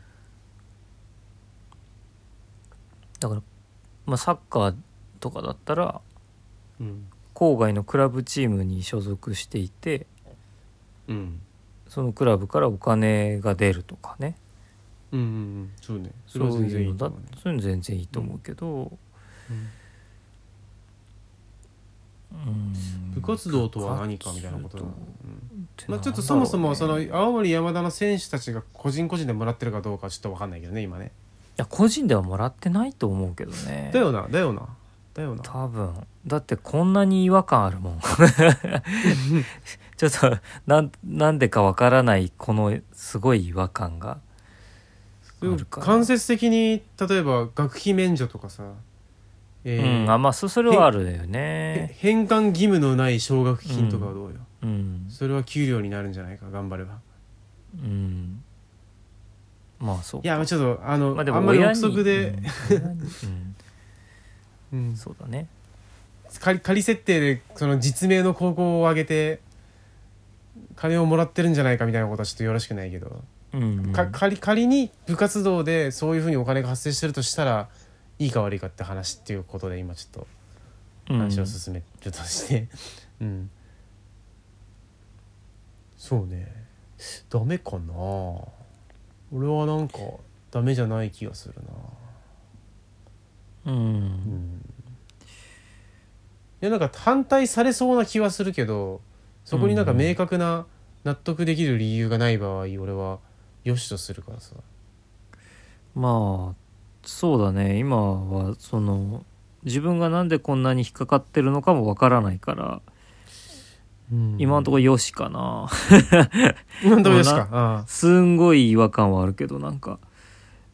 [SPEAKER 2] だから、まあ、サッカーとかだったら
[SPEAKER 1] うん
[SPEAKER 2] 郊外のクラブチームに所属していて
[SPEAKER 1] うん
[SPEAKER 2] そのクラブからお金が出るとかね
[SPEAKER 1] うんうんそうねそ
[SPEAKER 2] そ
[SPEAKER 1] れ
[SPEAKER 2] う
[SPEAKER 1] は全然
[SPEAKER 2] い
[SPEAKER 1] いうい
[SPEAKER 2] の
[SPEAKER 1] と
[SPEAKER 2] だ
[SPEAKER 1] 思うね
[SPEAKER 2] そういうの全然いいと思うけど、うん
[SPEAKER 1] 部活動とは何かみたいなことだ、うん
[SPEAKER 2] て
[SPEAKER 1] まあ、
[SPEAKER 2] なんだろうね
[SPEAKER 1] ちょっとそもそもその青森山田の選手たちが個人個人でもらってるかどうかちょっとわかんないけどね今ね
[SPEAKER 2] いや個人ではもらってないと思うけどね
[SPEAKER 1] だよなだよなだよな
[SPEAKER 2] 多分だってこんなに違和感あるも
[SPEAKER 1] <laughs>
[SPEAKER 2] んちょっとなんなんでかわからないこのすごい違和感があるから
[SPEAKER 1] 間接的に例えば学費免除とかさ、えー
[SPEAKER 2] うんあまあそそれはあるよ
[SPEAKER 1] へ
[SPEAKER 2] ね
[SPEAKER 1] 返還義務のない奨学金とかはどうよ、
[SPEAKER 2] うん
[SPEAKER 1] それは給料になるんじゃないか頑張れば
[SPEAKER 2] うんまあそう
[SPEAKER 1] いやまあちょっとあの、
[SPEAKER 2] ま
[SPEAKER 1] あ、
[SPEAKER 2] あで
[SPEAKER 1] ん
[SPEAKER 2] も
[SPEAKER 1] まり
[SPEAKER 2] 親
[SPEAKER 1] 憶
[SPEAKER 2] に
[SPEAKER 1] 測で、
[SPEAKER 2] うん親に
[SPEAKER 1] うん
[SPEAKER 2] うん、そうだね
[SPEAKER 1] 仮仮設定でその実名の高校を挙げて金をもらってるんじゃないかみたいなことはちょっとよろしくないけど、
[SPEAKER 2] うん、うん
[SPEAKER 1] か仮仮に部活動でそういうふうにお金が発生してるとしたらいいか悪いかって話っていうことで今ちょっと話を進めるとして <laughs> うん、そうねダメかな俺はなんかダメじゃない気がするな
[SPEAKER 2] うん、うん
[SPEAKER 1] うんいやなんか反対されそうな気はするけどそこになんか明確な納得できる理由がない場合俺はよしとするからさ
[SPEAKER 2] まあそうだね今はその自分がなんでこんなに引っかかってるのかもわからないから今のところよしかな <laughs>
[SPEAKER 1] 今のところですか
[SPEAKER 2] も
[SPEAKER 1] あ
[SPEAKER 2] すんごい違和感はあるけどなんか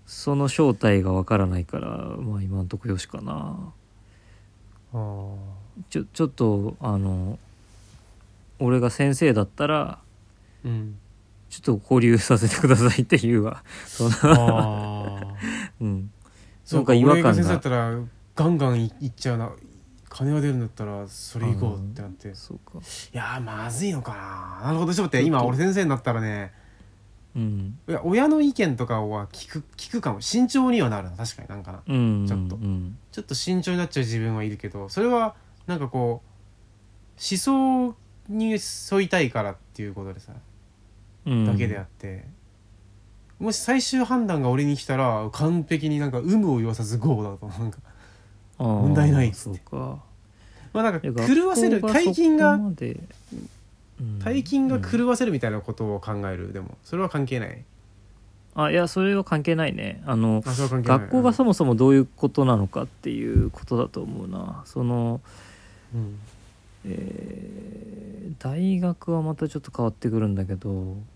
[SPEAKER 2] その正体がわからないからまあ今のところよしかな
[SPEAKER 1] ああ
[SPEAKER 2] ちょちょっとあの俺が先生だったら
[SPEAKER 1] あうん
[SPEAKER 2] ちょっと交流させてくださいって言うわその
[SPEAKER 1] <laughs> ああ
[SPEAKER 2] うん
[SPEAKER 1] そうか
[SPEAKER 2] なん
[SPEAKER 1] 違
[SPEAKER 2] か
[SPEAKER 1] 和感
[SPEAKER 2] 違和
[SPEAKER 1] が
[SPEAKER 2] 感が
[SPEAKER 1] 先生だったらガンガンいいっちゃうな金が出るんだったらそれ行こうってなってい
[SPEAKER 2] そうか
[SPEAKER 1] やーまずいのかななるほどちょっと待って今俺先生になったらね
[SPEAKER 2] うん
[SPEAKER 1] いや親の意見とかは聞く聞くかも慎重にはなるな確かになんかな
[SPEAKER 2] うん
[SPEAKER 1] ちょっと
[SPEAKER 2] うん
[SPEAKER 1] ちょっと慎重になっちゃう自分はいるけどそれはなんかこう思想に沿いたいからっていうことでさ
[SPEAKER 2] うん
[SPEAKER 1] だけであって、もし最終判断が俺に来たら完璧になんか有無を言わさず GO だと思うなんか
[SPEAKER 2] あー
[SPEAKER 1] 問題ないっつ
[SPEAKER 2] そ
[SPEAKER 1] っ
[SPEAKER 2] う
[SPEAKER 1] て
[SPEAKER 2] か
[SPEAKER 1] まあなんか
[SPEAKER 2] いや
[SPEAKER 1] 狂わせる
[SPEAKER 2] 学校
[SPEAKER 1] 大金が
[SPEAKER 2] そこまでうん
[SPEAKER 1] 大金が
[SPEAKER 2] うん
[SPEAKER 1] 狂わせるみたいなことを考えるでもそれは関係ない
[SPEAKER 2] あいやそれは関係ないねあの
[SPEAKER 1] あそれは関係ない
[SPEAKER 2] 学校がそもそもどういうことなのかっていうことだと思うなその、
[SPEAKER 1] うん
[SPEAKER 2] えー大学はまたちょっと変わってくるんだけど
[SPEAKER 1] うん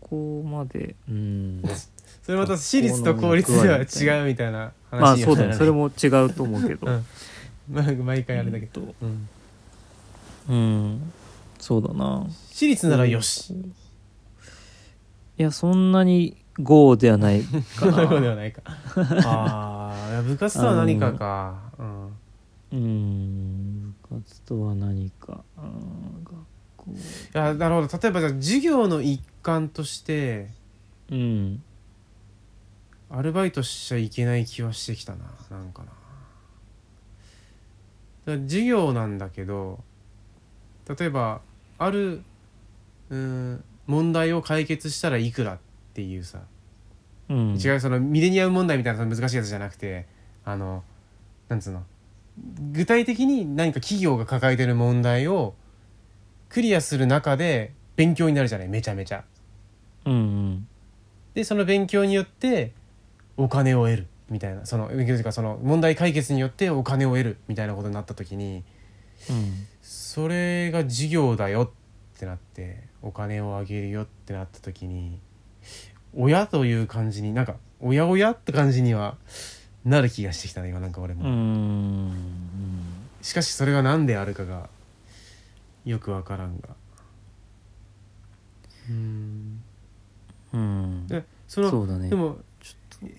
[SPEAKER 2] 高校までうん
[SPEAKER 1] それまた私立と公立では違うみたいな話
[SPEAKER 2] まあ
[SPEAKER 1] に
[SPEAKER 2] そ
[SPEAKER 1] は
[SPEAKER 2] うだ
[SPEAKER 1] なら
[SPEAKER 2] ね
[SPEAKER 1] ない <laughs>
[SPEAKER 2] それも違うと思うけど、
[SPEAKER 1] うんなんか毎回あれだけど、
[SPEAKER 2] ど
[SPEAKER 1] うん
[SPEAKER 2] うんそうだな
[SPEAKER 1] 私立ならよし、
[SPEAKER 2] いやそんなに GO ではない
[SPEAKER 1] そ
[SPEAKER 2] か
[SPEAKER 1] んなことで
[SPEAKER 2] な
[SPEAKER 1] はないかああ部活とは何かかうん
[SPEAKER 2] うん部活とは何かうん学校
[SPEAKER 1] いやなるほど例えばじゃあ授業の一環として
[SPEAKER 2] うん
[SPEAKER 1] アルバイトしちゃいけない気はしてきたななんかなだから授業なんだけど例えばあるうん問題を解決したらいくらっていうさ、
[SPEAKER 2] うん
[SPEAKER 1] 違うそのミレニアム問題みたいなその難しいやつじゃなくてあのなんつうの具体的に何か企業が抱えてる問題をクリアする中で勉強になるじゃないめちゃめちゃ。
[SPEAKER 2] うんうん
[SPEAKER 1] でその勉強によってお金を得るみたいなその勉強というかその問題解決によってお金を得るみたいなことになった時に
[SPEAKER 2] うん
[SPEAKER 1] それが事業だよってなってお金をあげるよってなった時に親という感じになんかおやおやって感じにはなる気がしてきたね今なんか俺
[SPEAKER 2] うー
[SPEAKER 1] も、
[SPEAKER 2] ん
[SPEAKER 1] しかしそれが何であるかがよくわからんがうん
[SPEAKER 2] うん
[SPEAKER 1] でその
[SPEAKER 2] そうだね
[SPEAKER 1] でも、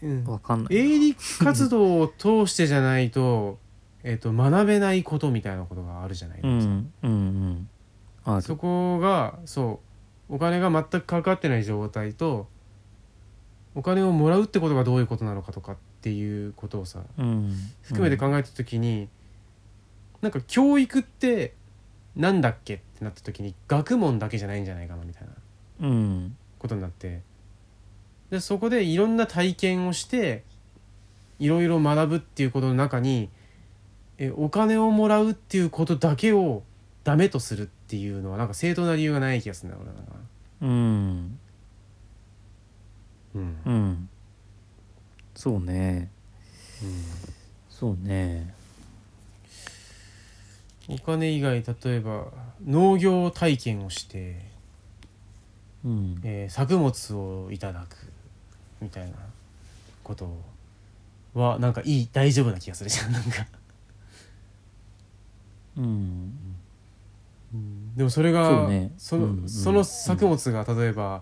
[SPEAKER 1] うん、
[SPEAKER 2] わかんない
[SPEAKER 1] 営利活動を通してじゃないとえっと学べないことみたいなことがあるじゃないで
[SPEAKER 2] う
[SPEAKER 1] すか、
[SPEAKER 2] んうんうんある
[SPEAKER 1] そこがそうお金が全くかかってない状態とお金をもらうってことがどういうことなのかとかっていうことをさ
[SPEAKER 2] うん
[SPEAKER 1] 含めて考えた時に、なんか教育ってなんだっけってなった時に学問だけじゃないんじゃないかなみたいな
[SPEAKER 2] うん
[SPEAKER 1] ことになってでそこでいろんな体験をしていろいろ学ぶっていうことの中にえお金をもらうっていうことだけをダメとするっていうのはなんか正当な理由がない気がするんだろうな。
[SPEAKER 2] うん
[SPEAKER 1] うん
[SPEAKER 2] うんそうね
[SPEAKER 1] うん
[SPEAKER 2] そうね
[SPEAKER 1] お金以外例えば農業体験をして、
[SPEAKER 2] うん
[SPEAKER 1] えー作物をいただくみたいなことはなんかいい大丈夫な気がするじゃんなんか、
[SPEAKER 2] うん
[SPEAKER 1] でもそれが
[SPEAKER 2] そうね
[SPEAKER 1] その
[SPEAKER 2] うんうん
[SPEAKER 1] その作物が例えば、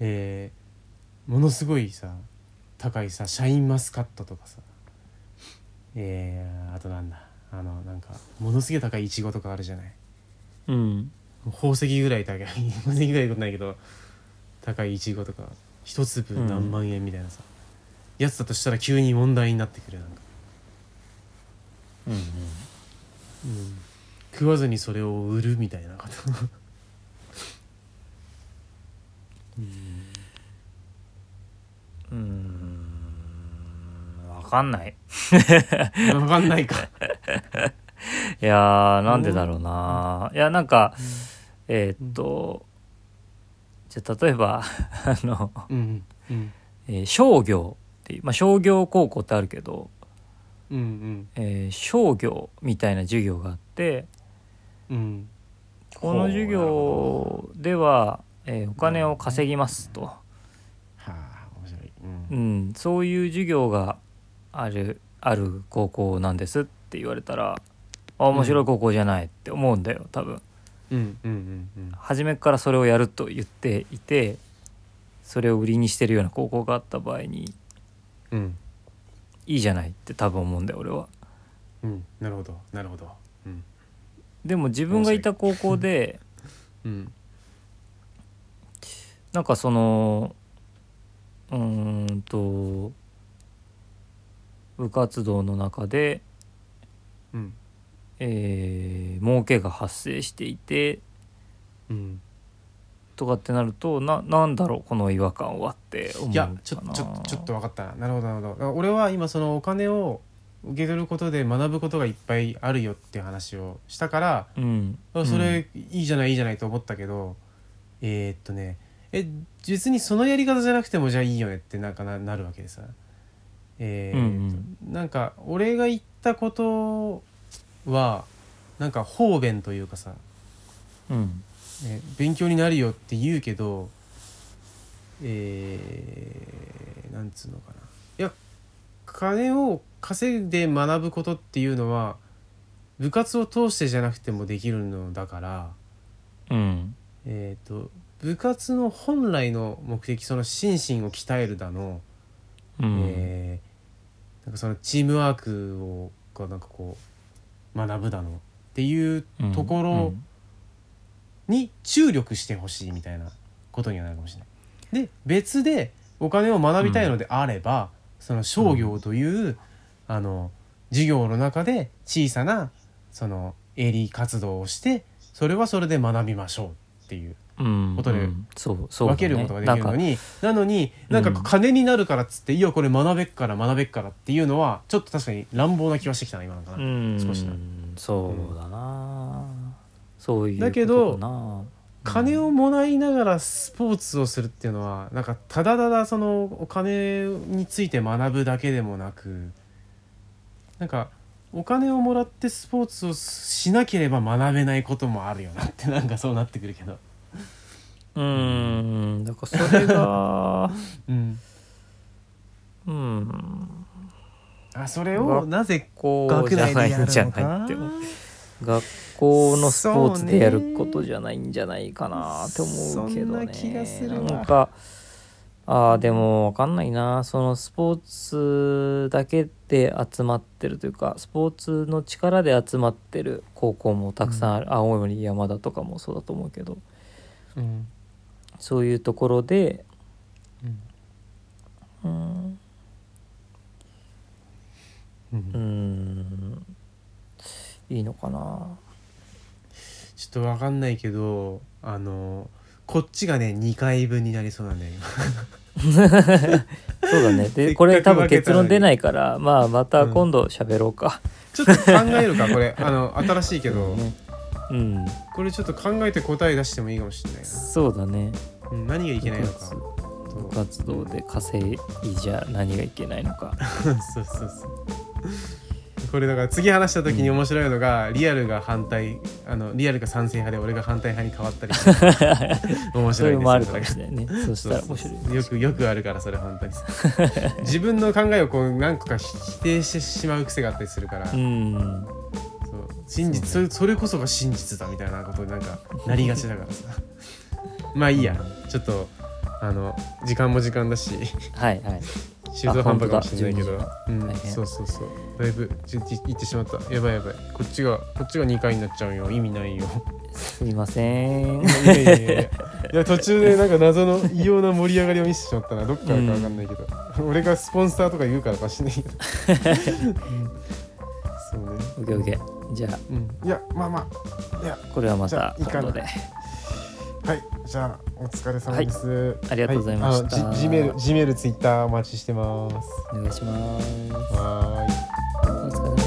[SPEAKER 1] えーものすごいさ高いさシャインマスカットとかさ、えーあとなんだあのなんかものすげえ高いイチゴとかあるじゃない。
[SPEAKER 2] うん
[SPEAKER 1] 宝石ぐらい高 <laughs> い宝石ぐらいことないけど高いイチゴとか一粒何万円みたいなさ、やつだとしたら急に問題になってくるなんか、
[SPEAKER 2] うん
[SPEAKER 1] 食わずにそれを売るみたいなこと <laughs>
[SPEAKER 2] うんわかんない
[SPEAKER 1] 分かんない
[SPEAKER 2] <laughs>
[SPEAKER 1] か
[SPEAKER 2] いやーなんでだろうないやなんかえーっとじゃあ例えば <laughs> あの、
[SPEAKER 1] うんうん
[SPEAKER 2] えー商業っていう、まあ、商業高校ってあるけど、
[SPEAKER 1] うんうん
[SPEAKER 2] えー商業みたいな授業があって
[SPEAKER 1] うん
[SPEAKER 2] この授業では、えーお金を稼ぎますと、
[SPEAKER 1] はあ面白い、う
[SPEAKER 2] うんん、そういう授業があるある高校なんですって言われたらあ面白い高校じゃないって思うんだよ多分
[SPEAKER 1] うんうんうん
[SPEAKER 2] 初めからそれをやると言っていてそれを売りにしてるような高校があった場合に
[SPEAKER 1] うんうん
[SPEAKER 2] いいじゃないって多分思うんだよ俺は。
[SPEAKER 1] うんなるほどなるほどうん
[SPEAKER 2] でも自分がいた高校で
[SPEAKER 1] うん
[SPEAKER 2] なんかそのうーんと部活動の中で、
[SPEAKER 1] うん
[SPEAKER 2] えー、儲けが発生していて
[SPEAKER 1] うん
[SPEAKER 2] とかってなるとななんだろうこの違和感はって思う
[SPEAKER 1] い
[SPEAKER 2] かな
[SPEAKER 1] やちょちょちょっと分かったなるほどなるほどだから俺は今そのお金を受け取ることで学ぶことがいっぱいあるよっていう話をしたから
[SPEAKER 2] うん
[SPEAKER 1] あそれいいじゃないいいじゃないと思ったけど、えーっとねえ別にそのやり方じゃなくてもじゃあいいよねってなんかななるわけでさえーっと
[SPEAKER 2] うん
[SPEAKER 1] なんか俺が言ったことはなんか方便というかさ、
[SPEAKER 2] うん
[SPEAKER 1] ね、勉強になるよって言うけどえー、なんつうのかないや金を稼いで学ぶことっていうのは部活を通してじゃなくてもできるのだから、
[SPEAKER 2] うん
[SPEAKER 1] えー、と部活の本来の目的その心身を鍛えるだの、
[SPEAKER 2] うん
[SPEAKER 1] えーなんかそのチームワークをがなんかこう学ぶだのっていう
[SPEAKER 2] うん
[SPEAKER 1] ところ
[SPEAKER 2] うん
[SPEAKER 1] に注力してほしいみたいなことにはなるかもしれない。で別でお金を学びたいのであれば、その商業という、あの授業の中で小さなその営利活動をしてそれはそれで学びましょうっていう
[SPEAKER 2] うん
[SPEAKER 1] ことで
[SPEAKER 2] うんそうそうだ
[SPEAKER 1] 分
[SPEAKER 2] ね
[SPEAKER 1] けることができるの
[SPEAKER 2] なんか
[SPEAKER 1] に、なのに
[SPEAKER 2] う
[SPEAKER 1] なんんか金になるからっつって、いやこれ学べっから学べっからっていうのはちょっと確かに乱暴な気はしてきたな今なんかな、
[SPEAKER 2] うん
[SPEAKER 1] 少しな
[SPEAKER 2] そうだな、そういう
[SPEAKER 1] だけど
[SPEAKER 2] ことかな
[SPEAKER 1] 金をもらいながらスポーツをするっていうのはなんかただただそのお金について学ぶだけでもなくなんかお金をもらってスポーツをしなければ学べないこともあるよなってなんかそうなってくるけど
[SPEAKER 2] うんだからそれ <laughs> が
[SPEAKER 1] うん
[SPEAKER 2] うん
[SPEAKER 1] あそれをなぜ
[SPEAKER 2] こう
[SPEAKER 1] 学
[SPEAKER 2] じゃ
[SPEAKER 1] 内で
[SPEAKER 2] ない
[SPEAKER 1] やる
[SPEAKER 2] んじゃ
[SPEAKER 1] の
[SPEAKER 2] ない
[SPEAKER 1] か
[SPEAKER 2] って思う学校のスポーツでやることじゃないんじゃないかなって思うけど
[SPEAKER 1] そんな
[SPEAKER 2] ね
[SPEAKER 1] 気がするわ
[SPEAKER 2] なんかあーでも分かんないなそのスポーツだけでで集まってるというかスポーツの力で集まってる高校もたくさんある、青森山田とかもそうだと思うけど
[SPEAKER 1] うん
[SPEAKER 2] そういうところで
[SPEAKER 1] うん
[SPEAKER 2] うん
[SPEAKER 1] う
[SPEAKER 2] うんんいいのかな
[SPEAKER 1] ちょっとわかんないけどあのこっちがね2回分になりそうなんだよ今
[SPEAKER 2] そうだ
[SPEAKER 1] せっ
[SPEAKER 2] ね
[SPEAKER 1] か
[SPEAKER 2] で
[SPEAKER 1] く
[SPEAKER 2] これ多
[SPEAKER 1] 分
[SPEAKER 2] 分
[SPEAKER 1] けた
[SPEAKER 2] 結
[SPEAKER 1] のに
[SPEAKER 2] 論出ないからまあまた今度喋ろうか、
[SPEAKER 1] ちょっと考えるかこ
[SPEAKER 2] <laughs>
[SPEAKER 1] れあの新しいけど、
[SPEAKER 2] ねうん
[SPEAKER 1] これちょっと考えて答え出してもいいかもしれないな
[SPEAKER 2] そうだね
[SPEAKER 1] うん何がいけないのか
[SPEAKER 2] 部
[SPEAKER 1] と
[SPEAKER 2] 部活動で稼いじゃ何がいけないのか
[SPEAKER 1] そうそうそうこれだから次話した時に面白いのが、リアルが反対あのリアルが賛成派で俺が反対派に変わったりする <laughs>
[SPEAKER 2] <laughs>
[SPEAKER 1] 面
[SPEAKER 2] そ
[SPEAKER 1] 白い
[SPEAKER 2] れ
[SPEAKER 1] です
[SPEAKER 2] もある
[SPEAKER 1] そ
[SPEAKER 2] か
[SPEAKER 1] れ
[SPEAKER 2] も
[SPEAKER 1] が
[SPEAKER 2] しれないねそしたら面白い
[SPEAKER 1] そうそうそうよくよくあるからそれ本当に自分の考えをこう何個か否定してしまう癖があったりするから、
[SPEAKER 2] うん
[SPEAKER 1] そう真実そ,、
[SPEAKER 2] そう
[SPEAKER 1] れそれこそが真実だみたいなことになんかなりがちだから <laughs> さまあいいやちょっとあの時間も時間だし
[SPEAKER 2] はいはい
[SPEAKER 1] 中途半端かもしれないけ
[SPEAKER 2] あ
[SPEAKER 1] ど
[SPEAKER 2] 本、
[SPEAKER 1] うん
[SPEAKER 2] 大、変
[SPEAKER 1] そうそうそうだいぶちょい行ってしまったやばいやばいこっちがこっちが2回になっちゃうよ意味ないよ
[SPEAKER 2] すいません
[SPEAKER 1] いやいや <laughs> いやいやいや途中でなんか謎の異様な盛り上がりを見せてしまったなどっからか分かんないけど、俺がスポンサーとか言うからかしんないけど、うん <laughs> そうね
[SPEAKER 2] オッケーオッケーじゃ
[SPEAKER 1] うんいやまあまあいや
[SPEAKER 2] あこれはま
[SPEAKER 1] じゃ
[SPEAKER 2] た
[SPEAKER 1] あいいかな
[SPEAKER 2] 今度で
[SPEAKER 1] はい、じゃあお疲れ様です。はい、
[SPEAKER 2] ありがとうございました
[SPEAKER 1] あのジメル、ジメル、ツイッターお待ちしてます。
[SPEAKER 2] お願いします
[SPEAKER 1] はーい。
[SPEAKER 2] お疲れ様です